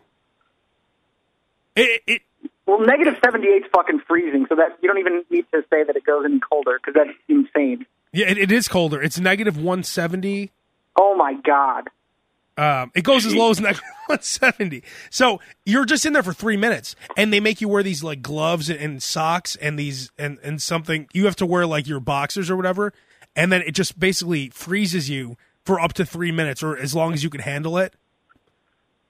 S2: It, it
S1: Well, negative seventy eight is fucking freezing, so that you don't even need to say that it goes any colder because that's insane.
S2: yeah, it, it is colder. It's negative one seventy.
S1: Oh my god.
S2: Um, it goes as low as negative 170. So you're just in there for three minutes, and they make you wear these like gloves and, and socks and these and and something. You have to wear like your boxers or whatever, and then it just basically freezes you for up to three minutes or as long as you can handle it.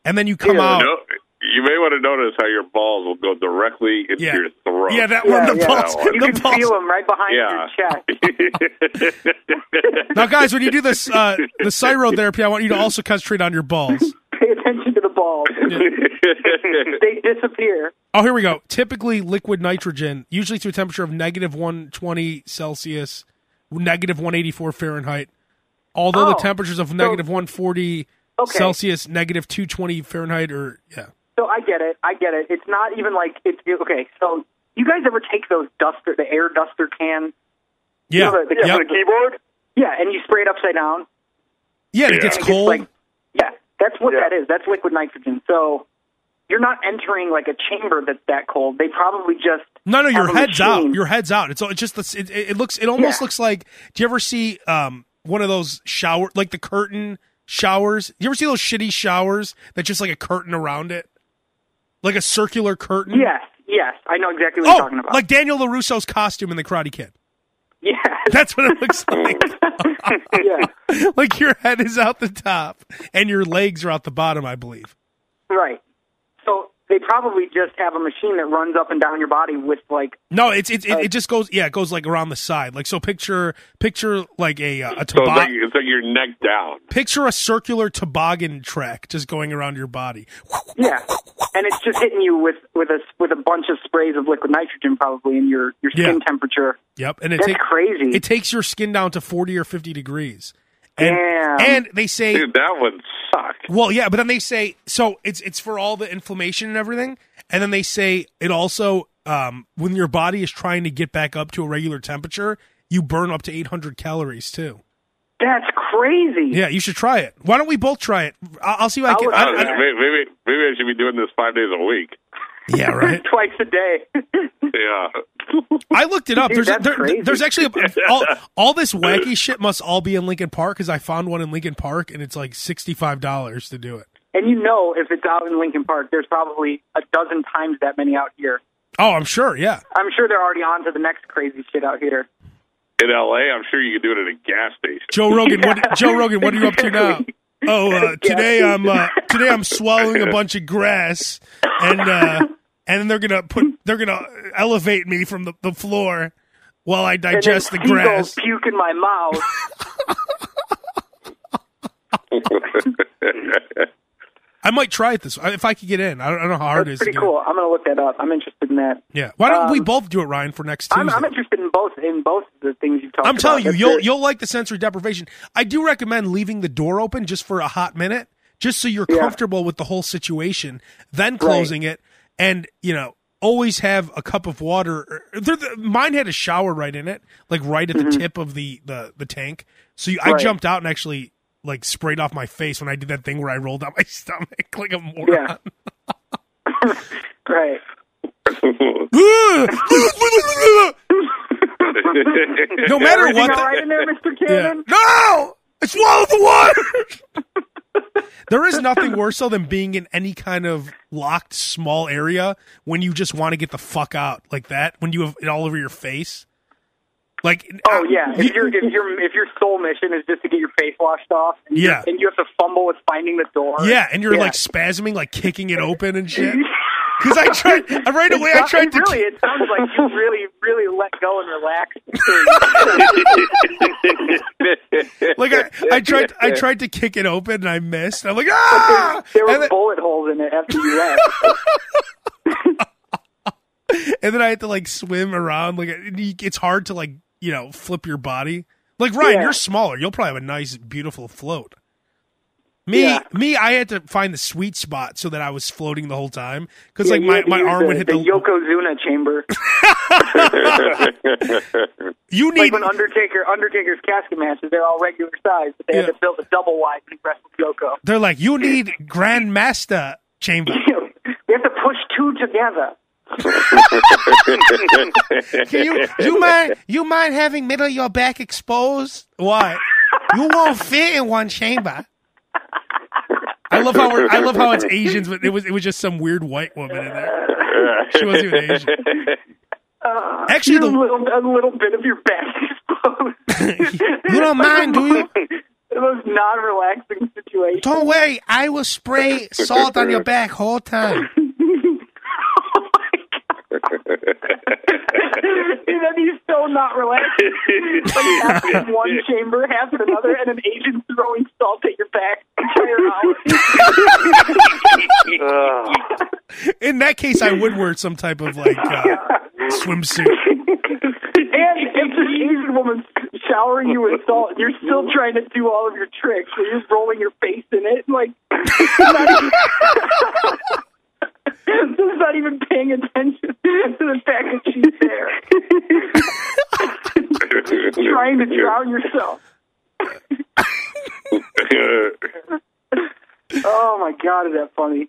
S2: And then you come out.
S7: No, you may want to notice how your balls will go directly into
S2: Yeah.
S7: your throat.
S2: Yeah, that
S7: [laughs]
S1: Yeah,
S2: one. The
S1: yeah.
S2: balls.
S7: That one.
S1: You
S2: The
S1: can
S2: balls.
S1: feel them right behind
S7: Yeah.
S1: your chest. [laughs]
S2: Now, guys, when you do this uh, the cyrotherapy, I want you to also concentrate on your balls.
S1: Pay attention to the
S7: [laughs]
S1: balls. they disappear.
S2: Oh, here we go. Typically, liquid nitrogen, usually to a temperature of negative 120 Celsius, negative 184 Fahrenheit. Although the
S1: Oh,
S2: temperatures of negative 140
S1: Okay.
S2: Celsius, negative 220 Fahrenheit, or yeah.
S1: So I get it. I get it. It's not even like it's okay. So you guys ever take those duster, the air duster can?
S2: Yeah.
S1: know, the-
S6: Yeah,
S2: yep.
S6: for the keyboard.
S1: Yeah, and you spray it upside down.
S2: yeah, and it
S7: Yeah.
S2: gets
S1: and it gets,
S2: cold.
S1: like- yeah, that's what
S6: Yeah.
S1: that is. That's liquid nitrogen. So you're not entering like a chamber that's that cold. They probably just
S2: no, no, your
S1: have a
S2: head's
S1: machine.
S2: out. Your head's out. It's, all- it's just, this, it, it it looks, it almost
S1: Yeah.
S2: looks like, do you ever see um one of those shower, like the curtain showers? You ever see those shitty showers that just like a curtain around it? Like a circular curtain?
S1: yes, yes. I know exactly what
S2: Oh,
S1: you're talking about.
S2: like Daniel LaRusso's costume in The Karate Kid. [laughs]
S1: yes,
S2: That's what
S1: [laughs]
S2: it looks like.
S1: yeah,
S2: [laughs] like your head is out the top and your legs are out the bottom, I believe.
S1: right. So they probably just have a machine that runs up and down your body with like
S2: No, it's it's
S1: Uh,
S2: it, it just goes yeah, it goes like around the side. Like so picture picture like a uh, a
S7: So it's like,
S2: toboggan
S7: it's like your neck down.
S2: picture a circular toboggan track just going around your body.
S1: yeah, and it's just hitting you with with a with a bunch of sprays of liquid nitrogen probably in your your skin
S2: Yeah.
S1: temperature.
S2: Yep, and it
S1: That's
S2: takes
S1: crazy.
S2: it takes your skin down to 40 or 50 degrees. And
S1: Damn.
S2: and they say
S7: Dude, that would suck.
S2: Well, yeah, but then they say so it's it's for all the inflammation and everything, and then they say it also um, when your body is trying to get back up to a regular temperature, you burn up to 800 calories too.
S1: That's crazy.
S2: Yeah, you should try it. Why don't we both try it? I'll, I'll see if I
S1: I
S2: can.
S1: would-
S7: I
S2: I,
S7: don't know,
S1: Yeah.
S7: maybe, maybe maybe I should be doing this five days a week.
S2: yeah, right.
S1: [laughs] Twice a day.
S7: Yeah.
S2: I looked it up.
S1: Dude,
S2: there's
S1: that's
S2: there-
S1: crazy.
S2: there's actually a,
S1: [laughs]
S2: all, all this wacky shit must all be in Lincoln Park because I found one in Lincoln Park and it's like sixty five dollars to do it.
S1: And you know, if it's out in Lincoln Park, there's probably a dozen times that many out here.
S2: Oh, I'm sure. Yeah.
S1: I'm sure they're already on to the next crazy shit out here.
S7: In LA, I'm sure you could do it at a gas station.
S2: Joe Rogan, what Joe Rogan, what are you up to now? Oh, uh, today I'm uh, today I'm swallowing a bunch of grass, and uh, and they're gonna put they're gonna elevate me from the, the floor while I
S1: And
S2: digest the
S1: then
S2: grass.
S1: seagulls puke in my
S2: [laughs]
S1: mouth.
S2: I might try it this if I could get in. I don't, I don't know how
S1: That's
S2: hard it is.
S1: pretty
S2: to get in.
S1: cool. I'm gonna look that up. I'm interested in that.
S2: Yeah, why don't we
S1: Um,
S2: both do it, Ryan, for next Tuesday?
S1: I'm, I'm interested in both in both of the things you've talked
S2: I'm telling you,
S1: about. That's
S2: you'll
S1: it.
S2: you'll like the sensory deprivation. I do recommend leaving the door open just for a hot minute, just so you're
S1: Yeah.
S2: comfortable with the whole situation. Then closing it, and you know, always have a cup of water. or- There, the, mine had a shower right in it, like right at the tip of the the, the tank. So you, I
S1: Mm-hmm. Right.
S2: jumped out and actually like sprayed off my face when I did that thing where I rolled out my [laughs] stomach like a moron.
S1: right.
S2: [laughs] no matter
S1: Everything
S2: what.
S1: all
S2: the-
S1: right in there, Mr.
S2: Yeah.
S1: Cannon?
S2: No! I swallowed the water! [laughs] there is nothing worse though than being in any kind of locked small area when you just want to get the fuck out like that, when you have it all over your face. Like
S1: Oh yeah. If your if your if your sole mission is just to get your face washed off, and you-
S2: Yeah.
S1: and you have to fumble with finding the door,
S2: Yeah, and you're
S1: Yeah.
S2: like spasming, like kicking it open and shit.
S1: [laughs]
S2: Because I tried I- right away I
S1: Well,
S2: tried
S1: it
S2: to
S1: really, it sounds like you really, really let go and relax.
S2: like I, I tried
S1: [laughs]
S2: I tried to kick it open and I missed. I'm like ah
S1: there were
S2: And then-
S1: bullet holes in it after you left.
S2: and then I had to like swim around. Like and you- it's hard to like you know flip your body. Like Ryan,
S1: Yeah.
S2: you're smaller. You'll probably have a nice, beautiful float. Me,
S1: Yeah.
S2: me, I had to find the sweet spot so that I was floating the whole time because
S1: Yeah,
S2: like
S1: you
S2: my,
S1: had to
S2: my
S1: use
S2: arm
S1: the,
S2: would hit the.
S1: the Yokozuna
S2: [laughs]
S1: chamber.
S2: you need
S1: like when Undertaker Undertaker's casket matches, they're all regular size, but they
S2: Yeah.
S1: had to build a double wide and wrestle Yoko. [laughs]
S2: They're like, you need Grandmaster Chamber.
S1: they have to push two together.
S2: Can you you mind you mind having middle of your back exposed? Why? You won't fit in one chamber. I love how we're, I love how it's Asians, but it was it was just some weird white woman in there. She wasn't even Asian. Actually,
S1: Just a
S2: [laughs] the,
S1: little, a little bit of your back [laughs] exposed.
S2: [laughs] you don't mind, do you?
S1: [laughs] The most non-relaxing situation. [laughs]
S2: Don't worry, I will spray salt on your back whole time.
S1: oh my god! and then he's so not relaxing. Like half in one chamber, half in another, and an agent throwing salt at your back.
S6: Ugh.
S2: In that case, I would wear some type of like uh, swimsuit.
S1: and if this Asian woman's showering you with salt, you're still trying to do all of your tricks. So you're just rolling your face in it, and like [laughs] just not even paying attention to the fact that she's there,
S7: [laughs]
S1: trying to drown yourself.
S7: [laughs]
S1: Oh my god, is that funny?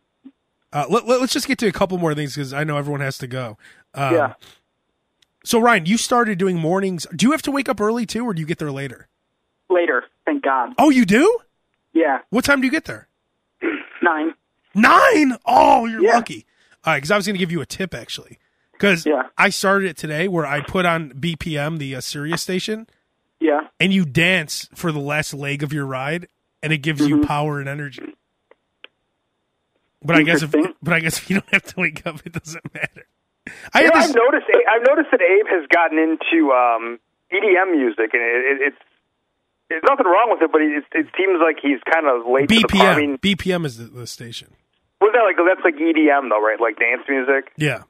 S2: Uh, let, let, us just get to a couple more things because I know everyone has to go. Um,
S1: Yeah.
S2: So Ryan, you started doing mornings. Do you have to wake up early too, or do you get there later?
S1: Later, thank God.
S2: Oh, you do.
S1: Yeah,
S2: What time do you get there?
S1: nine.
S2: Nine. Oh, you're
S1: Yeah.
S2: lucky. All right, because I was going to give you a tip actually, because
S1: Yeah.
S2: I started it today where I put on BPM, the uh, Sirius station,
S1: Yeah.
S2: and you dance for the last leg of your ride, and it gives
S1: Mm-hmm.
S2: you power and energy. But I guess if
S1: Interesting.
S2: but I guess if you don't have to wake up, it doesn't matter. I
S6: Yeah,
S2: had
S6: I've
S2: this.
S6: noticed. I've noticed that Abe has gotten into um, EDM music, and it, it, it's there's nothing wrong with it, but it, it seems like he's kind of late. To the par-
S2: BPM.
S6: I mean,
S2: BPM is the, the station.
S6: was that like that's like EDM though, right? Like dance music.
S2: Yeah.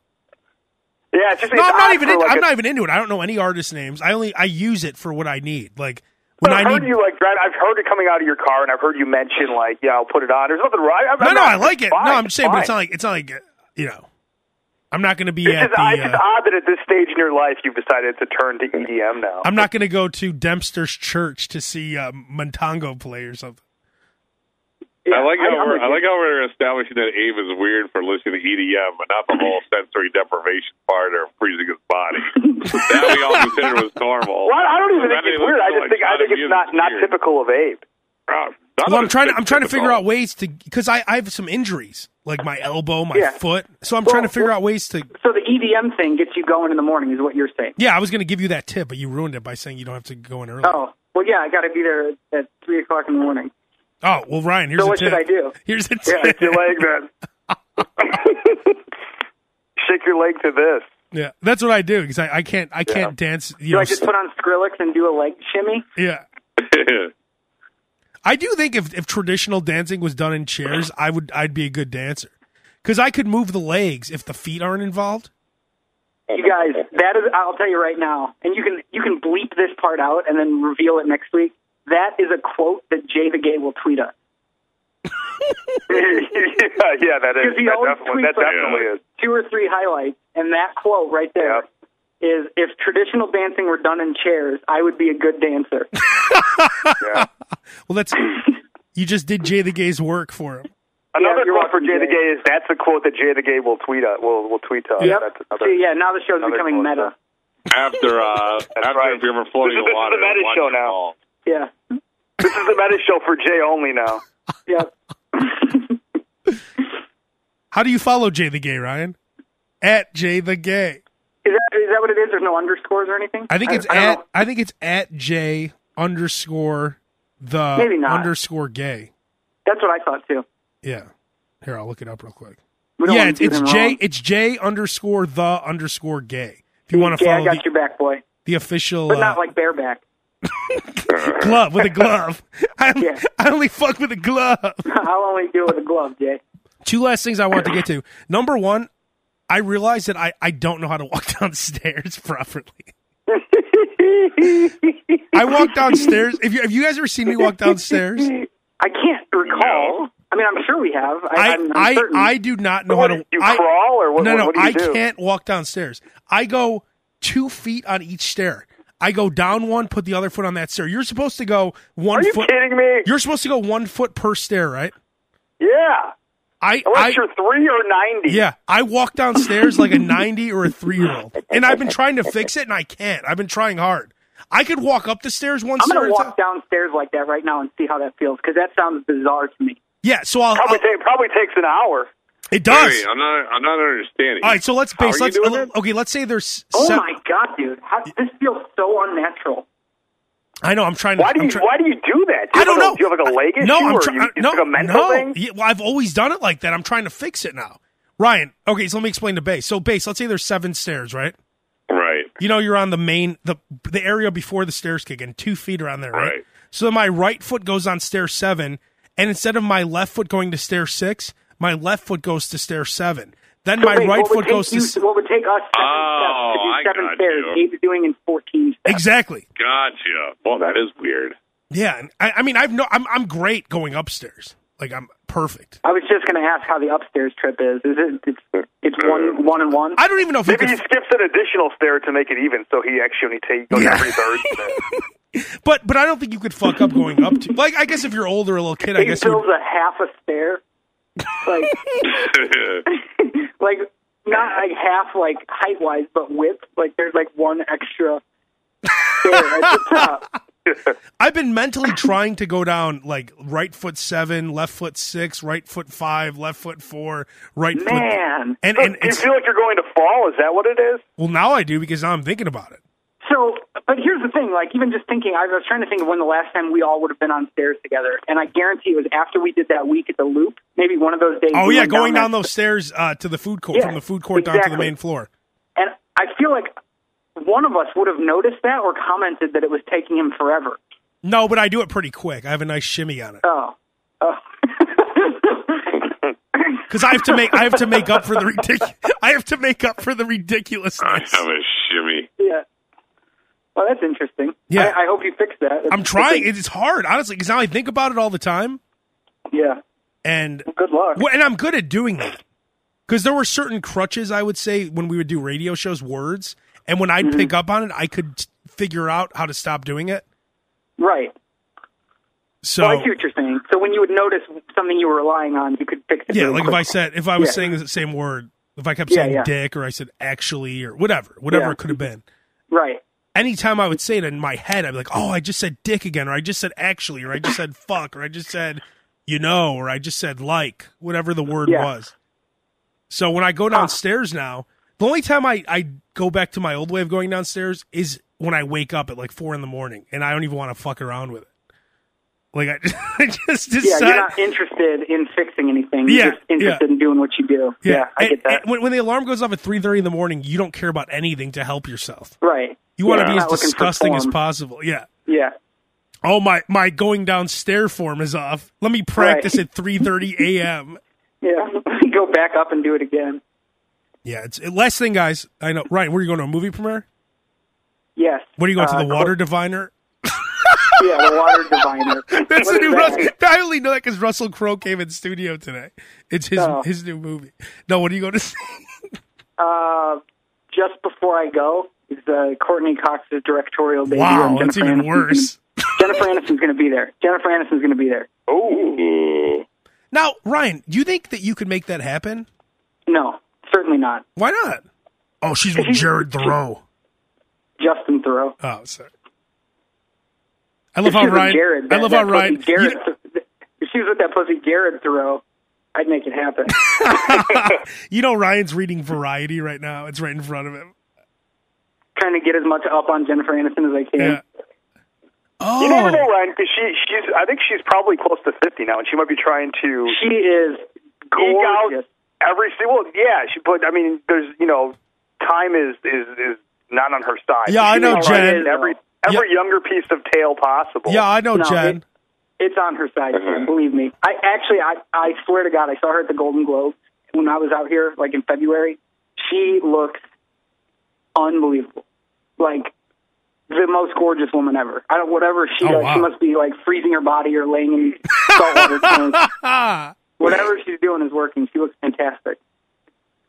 S6: Yeah, it's just
S2: No,
S6: it's
S2: I'm not
S6: odd
S2: even.
S6: for,
S2: In,
S6: like
S2: I'm
S6: a-
S2: not even into it. I don't know any artist names. I only I use it for what I need. Like
S6: But
S2: when I
S6: I've heard
S2: need.
S6: you like drive. I've heard it coming out of your car, and I've heard you mention like, yeah, I'll put it on. There's nothing wrong. I, I,
S2: No, no, I like it. no, I'm just saying,
S6: fine.
S2: but it's not like it's not like uh, you know. I'm not going to be
S6: It's
S2: at
S6: just,
S2: the.
S6: I- it's just
S2: uh,
S6: odd that at this stage in your life you've decided to turn to EDM now.
S2: I'm not going to go to Dempster's church to see uh, Montango play or something.
S7: I like how
S1: I- I'm
S7: we're
S1: with
S7: I like how we're establishing that Abe is weird for listening to EDM, but not the whole sensory deprivation part or freezing his
S6: [laughs]
S7: body. that we all consider was normal.
S6: Well, I don't even
S7: That
S6: think it's
S7: is
S6: weird. I
S7: like
S6: just think I
S7: kind
S6: think
S7: of
S6: it's
S7: music
S6: not
S7: is
S6: not
S7: weird.
S6: typical of Abe.
S7: Uh, not
S2: Well, I'm
S7: that
S2: trying. To,
S7: it's
S2: I'm trying to figure out
S7: typical.
S2: ways to because I I have some injuries like my elbow, my
S1: Yeah.
S2: foot. So I'm trying to figure out ways to.
S1: So the EDM thing gets you going in the morning, is what you're saying.
S2: Yeah, I was going to give you that tip, but you ruined it by saying you don't have to go in early.
S1: Oh, well, yeah, I got to be there at three o'clock in the morning.
S2: Oh, well, Ryan, here's
S1: So
S2: a
S1: what
S2: tip.
S1: should I do?
S2: Here's a tip.
S6: Yeah, shake your leg then. shake your leg to this.
S2: Yeah, that's what I do because I, I can't I can't dance. You
S1: Do
S2: know,
S1: I just put on Skrillex and do a leg shimmy?
S2: yeah, I do think if, if traditional dancing was done in chairs, I would I'd be a good dancer because I could move the legs if the feet aren't involved.
S1: You guys, that is I'll tell you right now, and you can you can bleep this part out and then reveal it next week. That is a quote that Jay the Gay will tweet us.
S6: [laughs] yeah, yeah, that is.
S1: Because he
S6: That
S1: always
S6: definitely, that
S1: tweets like
S6: definitely is.
S1: two or three highlights, and that quote right there is: if traditional dancing were done in chairs, I would be a good [laughs] dancer.
S6: Yeah.
S1: [laughs]
S2: Well, that's you just did Jay the Gay's work for him.
S6: Another
S1: you're
S6: quote for
S1: welcome,
S6: Jay
S1: Jay.
S6: the Gay is that's a quote that Jay the Gay will tweet at. Will will tweet to.
S1: yep.
S6: That's another.
S1: See, yeah, now the show's
S6: another
S1: becoming
S6: quote,
S1: meta.
S7: [laughs]
S6: [laughs]
S7: after uh, after
S6: right.
S7: if you're ever floating
S6: This is- this is
S7: in water,
S6: the Meta
S7: watch
S6: Show
S7: your
S6: now.
S7: fall.
S1: Yeah.
S6: This is the meta show for Jay only now.
S1: Yep.
S2: How do you follow Jay the Gay, Ryan? At Jay the Gay.
S1: Is that, is that what it is? There's no underscores or anything?
S2: I think it's
S1: I
S2: at
S1: don't know.
S2: I think it's at J underscore the
S1: Maybe not.
S2: underscore Gay.
S1: That's what I thought too.
S2: Yeah, here I'll look it up real quick.
S1: We don't
S2: Yeah,
S1: wanna
S2: it's,
S1: do
S2: it's
S1: them
S2: J
S1: wrong.
S2: it's J underscore the underscore Gay. If you want to
S1: Yeah, I
S2: follow
S1: got
S2: the,
S1: your back, boy.
S2: the official,
S1: But
S2: uh,
S1: not like bareback. [laughs]
S2: glove with a glove. I,
S1: Yeah.
S2: I only fuck with a glove.
S1: I'll only do it with a glove, Jay.
S2: Two last things I want to get to. Number one, I realized that I, I don't know how to walk [laughs] downstairs properly.
S1: [laughs]
S2: I walk downstairs. If you, have you guys ever seen me walk downstairs?
S1: I can't recall. I mean, I'm sure we have. I,
S2: I
S1: I'm, I'm
S2: I,
S1: certain.
S2: I do not know how to.
S6: you
S2: I,
S6: crawl or what-
S2: No,
S6: what-
S2: no,
S6: what do you
S2: I
S6: do?
S2: can't walk downstairs. I go two feet on each stair. I go down one, put the other foot on that stair. You're supposed to go one
S6: Are you
S2: foot.
S6: kidding me?
S2: You're supposed to go one foot per stair, right?
S6: yeah.
S2: I,
S6: Unless
S2: I
S6: you're three or ninety.
S2: yeah, I walk downstairs like a 90 or a three year old, and I've been trying to fix it, and I can't. I've been trying hard. I could walk up the stairs one
S1: I'm
S2: stair.
S1: going
S2: at
S1: to
S2: a
S1: walk
S2: time.
S1: downstairs like that right now and see how that feels because that sounds bizarre to me.
S2: Yeah, so I'll,
S6: Probably,
S2: I'll
S6: take, probably takes an hour.
S2: it
S7: Hey,
S2: does.
S7: I'm not. I'm not understanding.
S2: All right, so let's
S7: How
S2: base.
S7: are
S2: Let's uh,
S7: you doing that?
S2: okay. Let's say there's.
S1: Oh
S2: seven-
S1: my god, dude! How, this feels so unnatural.
S2: I know. I'm trying. to-
S6: Why do
S2: I'm
S6: you
S2: try-
S6: Why do you do that? Do you
S2: I don't
S6: have a-
S2: know.
S6: Do you have like a leg
S2: I-
S6: issue
S2: no, I'm
S6: or
S2: try-
S6: you, it's
S2: no,
S6: like a mental
S2: no.
S6: thing?
S2: Yeah, well, I've always done it like that. I'm trying to fix it now. Ryan, okay, so let me explain the base. So base, let's say there's seven stairs, right?
S7: Right.
S2: You know, you're on the main the the area before the stairs kick in. Two feet are on there, right?
S7: Right.
S2: So then my right foot goes on stair seven, and instead of my left foot going to stair six, my left foot goes to stair seven. Then my
S1: Wait,
S2: right
S1: what would
S2: foot
S1: take
S2: goes
S1: you,
S2: to s-
S1: What would take us seven
S7: Oh, I
S1: steps to do seven
S7: got
S1: stairs?
S7: you.
S1: Abe's doing in 14 steps.
S2: exactly.
S7: Gotcha. Well, that is weird. [laughs]
S2: Yeah, and I, I mean, I've no, I'm I'm great going upstairs. Like I'm perfect.
S1: I was just going to ask how the upstairs trip is. Is it? It's, it's
S7: Uh,
S1: one one and one.
S2: I don't even know if you
S6: Maybe
S2: could
S6: he skips an additional stair to make it even, so he actually only takes goes
S2: Yeah.
S6: every third. stair.
S2: But but I don't think you could fuck up going up to like I guess if you're older a little kid I
S1: He
S2: guess you
S1: fills
S2: would,
S1: a half a stair, [laughs] like
S6: [laughs]
S1: like not like half like height wise, but width. Like there's like one extra stair
S2: [laughs]
S1: at the top.
S2: I've been mentally trying to go down like right foot seven, left foot six, right foot five, left foot four, right foot
S1: Man,
S2: and
S6: So
S2: and
S6: do you
S2: it's,
S6: feel like you're going to fall? Is that what it is?
S2: well now I do because now I'm thinking about it.
S1: So, but here's the thing. Like, even just thinking, I was trying to think of when the last time we all would have been on stairs together, and I guarantee it was after we did that week at the Loop. Maybe one of those days.
S2: Oh
S1: we
S2: yeah,
S1: went
S2: going down
S1: that-
S2: those stairs uh, to the food court
S1: Yeah,
S2: from the food court down to the
S1: exactly.
S2: main floor.
S1: And I feel like one of us would have noticed that or commented that it was taking him forever.
S2: No, but I do it pretty quick. I have a nice shimmy on it
S1: Oh,
S2: [laughs]
S1: oh.
S2: because I have to make I have to make up for the ridiculous. [laughs] I have to make up for the
S7: I
S2: ridiculousness.
S7: have a shimmy.
S1: yeah. Well, that's interesting.
S2: Yeah.
S1: I, I hope you fix that.
S2: I'm trying. It's hard, honestly, because now I think about it all the time,
S1: Yeah.
S2: and
S1: Good luck.
S2: Well, and I'm good at doing that because there were certain crutches I would say when we would do radio shows, words, and when I'd
S1: Mm-hmm.
S2: pick up on it, I could t- figure out how to stop doing it.
S1: Right.
S2: So
S1: Well, I see what you're saying. So when you would notice something you were relying on, you could fix it.
S2: yeah,
S1: really
S2: like if I
S1: quick.
S2: said if I was
S1: Yeah.
S2: saying the same word, if I kept
S1: Yeah,
S2: saying
S1: yeah.
S2: dick or I said actually or whatever, whatever
S1: Yeah.
S2: it could have been.
S1: Right.
S2: Anytime I would say it in my head, I'd be like, "Oh, I just said dick again," or "I just said actually," or "I just said [laughs] fuck," or "I just said you know," or "I just said like," whatever the word
S1: Yeah. Ah.
S2: was. So when I go downstairs now, the only time I, I go back to my old way of going downstairs is when I wake up at like four in the morning and I don't even want to fuck around with it. Like I, [laughs] I just
S1: Yeah,
S2: decide.
S1: you're not interested in fixing anything. You're
S2: Yeah,
S1: just interested in doing what you do. Yeah, I
S2: and-
S1: get that.
S2: and when, when the alarm goes off at three thirty in the morning, you don't care about anything to help yourself.
S1: right.
S2: You want
S1: Yeah.
S2: to be
S1: Not
S2: as
S1: looking for
S2: disgusting as
S1: form.
S2: possible. Yeah.
S1: Yeah.
S2: Oh my! My going downstairs form is off. Let me practice
S1: Right.
S2: at three thirty
S1: [laughs]
S2: a.m.
S1: Yeah. [laughs] Go back up and do it again.
S2: Yeah. It's last thing, guys. I know. Ryan, where are you going to a movie premiere?
S1: Yes.
S2: What are you going
S1: Uh,
S2: to the water diviner?
S1: cl- Yeah, the water diviner.
S2: [laughs]
S1: [laughs]
S2: That's
S1: What is
S2: the new.
S1: that?
S2: Russell, I only know that because Russell Crowe came in studio today. It's his
S1: Oh.
S2: his new movie. No, what are you going
S1: [laughs]
S2: to see?
S1: Uh, just before I go is uh, Courtney Cox's directorial debut.
S2: Wow,
S1: and
S2: that's
S1: Jennifer
S2: even
S1: Aniston's
S2: worse.
S1: gonna- [laughs] Jennifer Aniston's going to be there. Jennifer Aniston's going to be there.
S7: Ooh.
S2: Now, Ryan, do you think that you could make that happen?
S1: No, certainly not.
S2: Why not? Oh, she's with Jared Thoreau.
S1: Justin Thoreau.
S2: Oh, sorry. I love
S1: If she
S2: how
S1: was with
S2: Ryan.
S1: Jared,
S2: I
S1: that-
S2: love
S1: that
S2: how
S1: pussy
S2: Ryan.
S1: Jared,
S2: you-
S1: if she was with that pussy Jared Thoreau, I'd make it happen.
S2: [laughs] You know, Ryan's reading Variety right now. It's right in front of him.
S1: Trying to get as much up on Jennifer Aniston as I can.
S2: Yeah. Oh,
S6: You never know, Ryan, because she she's I think she's probably close to fifty now, and she might be trying to
S1: She is
S6: eke out
S1: gorgeous.
S6: every single. Yeah, she. But I mean, there's you know, time is is is not on her side.
S2: Yeah, I
S6: She's
S2: know,
S6: trying
S2: Jen.
S6: Every every younger piece of tail possible.
S2: yeah, I know,
S1: No,
S2: Jen. [laughs]
S1: it- it's on her side. Jen, Believe me. I actually, I, I swear to God, I saw her at the Golden Globes when I was out here, like in February, she looks unbelievable. Like the most gorgeous woman ever. I don't whatever she
S2: Oh,
S1: does, she
S2: wow.
S1: must be like freezing her body or laying in
S2: [laughs]
S1: saltwater tanks.
S2: Oh,
S1: Whatever she's doing is working. She looks fantastic.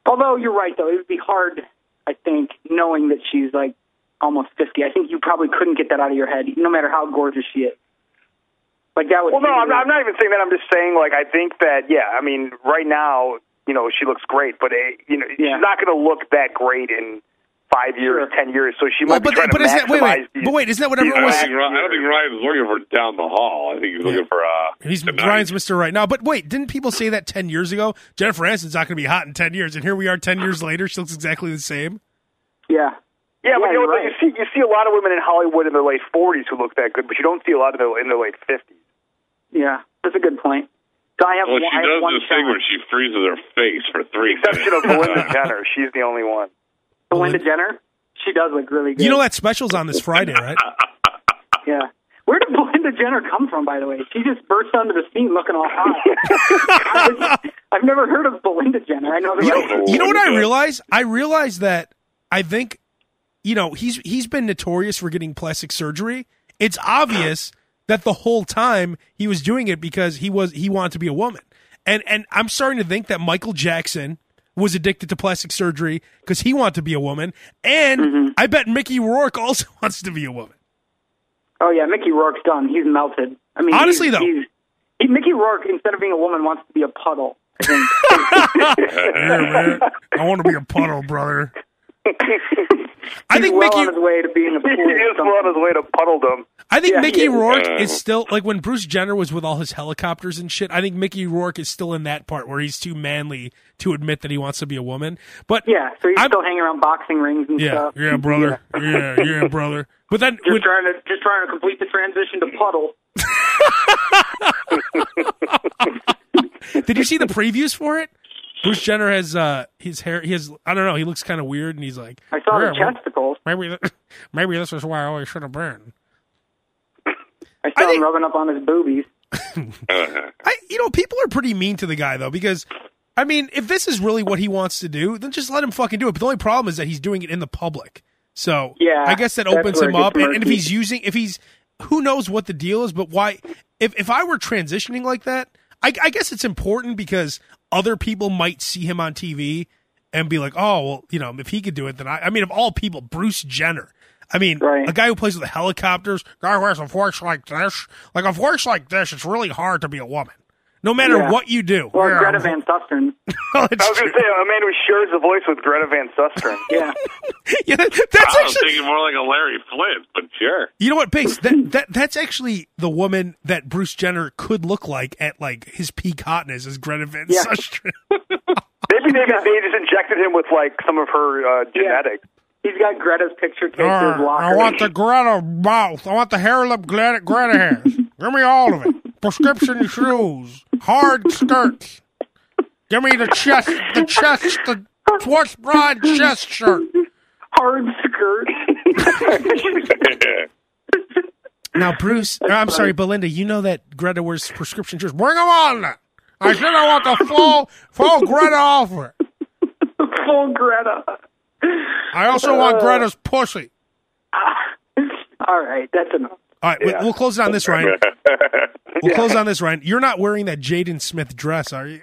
S1: Although you're right though, it would be hard, I think, knowing that she's like almost fifty. I think you probably couldn't get that out of your head, no matter how gorgeous she is. Like that would.
S6: Well, no, I'm, I'm not even saying that. I'm just saying, like, I think that, yeah, I mean, right now, you know, she looks great, but, it, you know,
S1: Yeah.
S6: she's not going to look that great in five years,
S1: Sure.
S6: ten years. So she
S2: Well,
S6: might be
S2: but,
S6: trying
S2: but
S6: to
S2: is that wait,
S6: maximize uh,
S2: wait,
S6: these.
S2: but wait, isn't that what
S7: I
S2: everyone
S7: don't,
S2: was?
S7: think, Ri- I don't think Ryan's looking for down the hall. I think he's looking for uh.
S2: He's
S7: tonight.
S2: Brian's Mister Right now, but wait, didn't people say that ten years ago? Jennifer Aniston's not going to be hot in ten years, and here we are, ten years later, she looks exactly the same.
S1: Yeah.
S6: Yeah, but you
S1: you're
S6: know,
S1: right.
S6: you see, you see a lot of women in Hollywood in their late 40s who look that good, but you don't see a lot of them in their late 50s.
S1: Yeah, that's a good point. So I have,
S7: Well,
S1: one,
S7: she
S1: I have
S7: does
S1: one
S7: this thing where
S1: challenge.
S7: she freezes her face for three.
S6: Exception [laughs] of
S7: minutes.
S6: Belinda Jenner, she's the only one.
S1: Belinda Jenner, she does look really good.
S2: You know that special's on this Friday, right?
S1: Yeah. Where did Belinda Jenner come from, by the way? She just burst onto the scene looking all
S7: [laughs]
S1: hot. [laughs] I've never heard of Belinda Jenner. I know the
S2: You
S1: rest
S2: know, you know what I realize? I realize that I think, you know, he's he's been notorious for getting plastic surgery. It's obvious that the whole time he was doing it because he was he wanted to be a woman, and and I'm starting to think that Michael Jackson was addicted to plastic surgery because he wanted to be a woman, and
S1: Mm-hmm.
S2: I bet Mickey Rourke also [laughs] wants to be a woman.
S1: Oh yeah, Mickey Rourke's done. He's melted. I mean,
S2: Honestly,
S1: he's,
S2: though.
S1: [laughs] he's, he, Mickey Rourke instead of being a woman wants to be a puddle. I think.
S2: Yeah, man. I want to be a puddle, brother. I
S1: He's
S2: think
S1: well
S2: Mickey
S1: on his way to being a
S6: [laughs] He
S1: pool.
S6: is
S1: or
S6: well on his way to puddledom.
S2: I think
S1: Yeah,
S2: Mickey
S1: he is.
S2: Rourke
S7: Yeah.
S2: is still like when Bruce Jenner was with all his helicopters and shit. I think Mickey Rourke is still in that part where he's too manly to admit that he wants to be a woman. But
S1: Yeah, so he's
S2: I'm-
S1: still hanging around boxing rings and
S2: yeah,
S1: stuff.
S2: yeah, brother, yeah, yeah, brother. But then
S1: Just
S2: when-
S1: trying to just trying to complete the transition to puddle.
S2: did you
S1: [laughs]
S2: see the previews for it? Bruce Jenner has uh his hair. He has I don't know. He looks kind of weird, and he's like,
S1: I saw
S2: "Yeah,
S1: the chesticles.
S2: well, Maybe, [laughs] th- maybe this is why I always should have burned.
S1: I
S2: I
S1: saw
S2: think-
S1: him rubbing up on his boobies.
S7: Uh-huh.
S2: I, you know, people are pretty mean to the guy though, because I mean, if this is really what he wants to do, then just let him fucking do it. But the only problem is that he's doing it in the public. So
S1: Yeah,
S2: I guess that
S1: that's
S2: opens
S1: where
S2: him
S1: it gets
S2: up. And, and if
S1: murky.
S2: he's using, if he's, who knows what the deal is, but why? If if I were transitioning like that, I, I guess it's important because other people might see him on TV and be like, oh, well, you know, if he could do it, then I. I mean, of all people, Bruce Jenner. I mean,
S1: Right.
S2: a guy who plays with helicopters, guy who has a voice like this, like a voice like this, it's really hard to be a woman. No matter
S1: Yeah.
S2: what you do,
S1: Or
S2: Yeah. [laughs]
S1: Greta Van Susteren.
S2: Oh, it's
S6: I was going to
S2: true.
S6: say, a man who shares the voice with Greta Van Susteren.
S1: Yeah.
S2: [laughs] yeah, that-
S7: [laughs] I
S2: that's
S7: was
S2: actually.
S7: thinking more like a Larry Flint, but sure.
S2: You know what, Biggs? That, that that's actually the woman that Bruce Jenner could look like at like his peak hotness is Greta Van
S1: Yeah.
S2: Susteren.
S6: Maybe they, they just injected him with, like, some of her uh, genetics.
S1: He's got Greta's picture taped to his
S2: Arr,
S1: locker.
S2: I want the Greta mouth. I want the hair lip Greta, Greta hair. Give me all of it. Prescription shoes, hard skirts. Give me the chest, the chest, the sports bra and chest shirt.
S1: hard skirt.
S2: [laughs] Now, Bruce, I'm sorry, Belinda, you know that Greta wears prescription shirts. Bring them on. I said I want the full, full Greta offer.
S1: Full Greta.
S2: I also want Greta's pussy.
S1: All right, that's enough.
S2: All right, we- we'll close it on this, Ryan. We'll close on this, Ryan. You're not wearing that Jaden Smith dress, are you?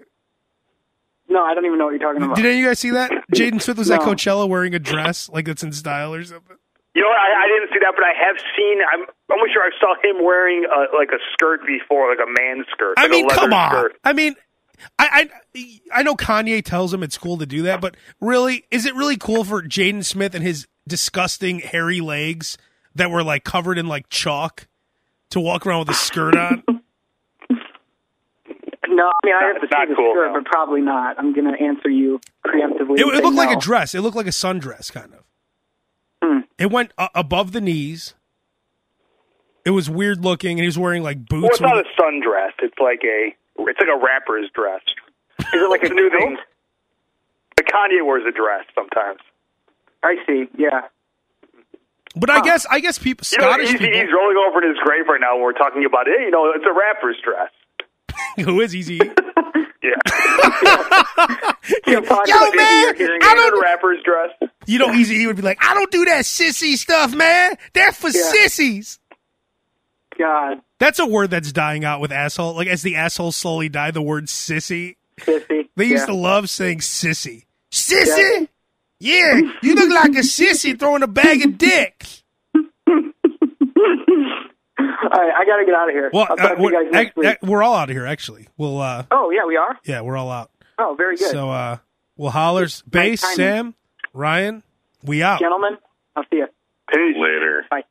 S1: No, I don't even know what you're talking about.
S2: Did any of you guys see that? Jaden Smith was at
S1: No.
S2: Coachella wearing a dress like that's in style or something.
S6: You know, what? I, I didn't see that, but I have seen. I'm almost sure I saw him wearing a, like a skirt before, like a man's skirt.
S2: I
S6: like
S2: mean,
S6: a leather
S2: come on.
S6: Skirt.
S2: I mean, I, I I know Kanye tells him it's cool to do that, but really, is it really cool for Jaden Smith and his disgusting hairy legs that were like covered in like chalk to walk around with a skirt on?
S1: no, I mean, I have to
S6: Not- not
S1: see the
S6: cool,
S1: skirt,
S6: no.
S1: but probably not. I'm going to answer you preemptively.
S2: it,
S1: and
S2: it
S1: say
S2: looked like
S1: no.
S2: a dress. It looked like a sundress, kind of.
S6: Hmm.
S2: It went uh, above the knees. It was weird looking, and he was wearing like
S6: Well,
S2: boots.
S6: it's not a
S2: with-
S6: sundress. It's like a. It's like a rapper's dress.
S1: Is it like
S6: It's
S1: a
S6: a new
S1: new
S6: thing. But Kanye wears a dress sometimes.
S1: I see. Yeah.
S2: but I guess I guess people
S6: You know,
S2: Scottish
S6: he's,
S2: people.
S6: he's rolling
S2: [laughs]
S6: over [laughs] in his grave right now. and We're talking about it. You know, it's a rapper's dress.
S2: who is easy? E?
S6: Yeah.
S1: You're talking
S2: [laughs] Yo,
S1: about
S2: man,
S1: the-
S6: You're hearing
S2: I
S6: another
S2: don't-
S6: rapper's dress.
S2: You know, Easy E would be like, I don't do that sissy stuff, man. They're for sissies.
S1: God,
S2: That's a word that's dying out with asshole. Like as the assholes slowly die, the word sissy.
S1: sissy.
S2: They used
S1: yeah.
S2: to love saying sissy. Sissy? Yeah. you look like a sissy throwing a bag of dick.
S1: All right, I gotta get out of here.
S2: Well,
S1: I'll
S2: uh,
S1: talk to you
S2: we're,
S1: guys next week.
S2: ac- ac- we're all out of here, actually. We'll, uh,
S1: oh yeah, we are.
S2: yeah, we're all out.
S1: Oh, very good,
S2: So, uh, we'll hollers, bass,
S1: timing.
S2: Sam, Ryan, we out.
S1: gentlemen. I'll see you.
S7: Later.
S1: Bye.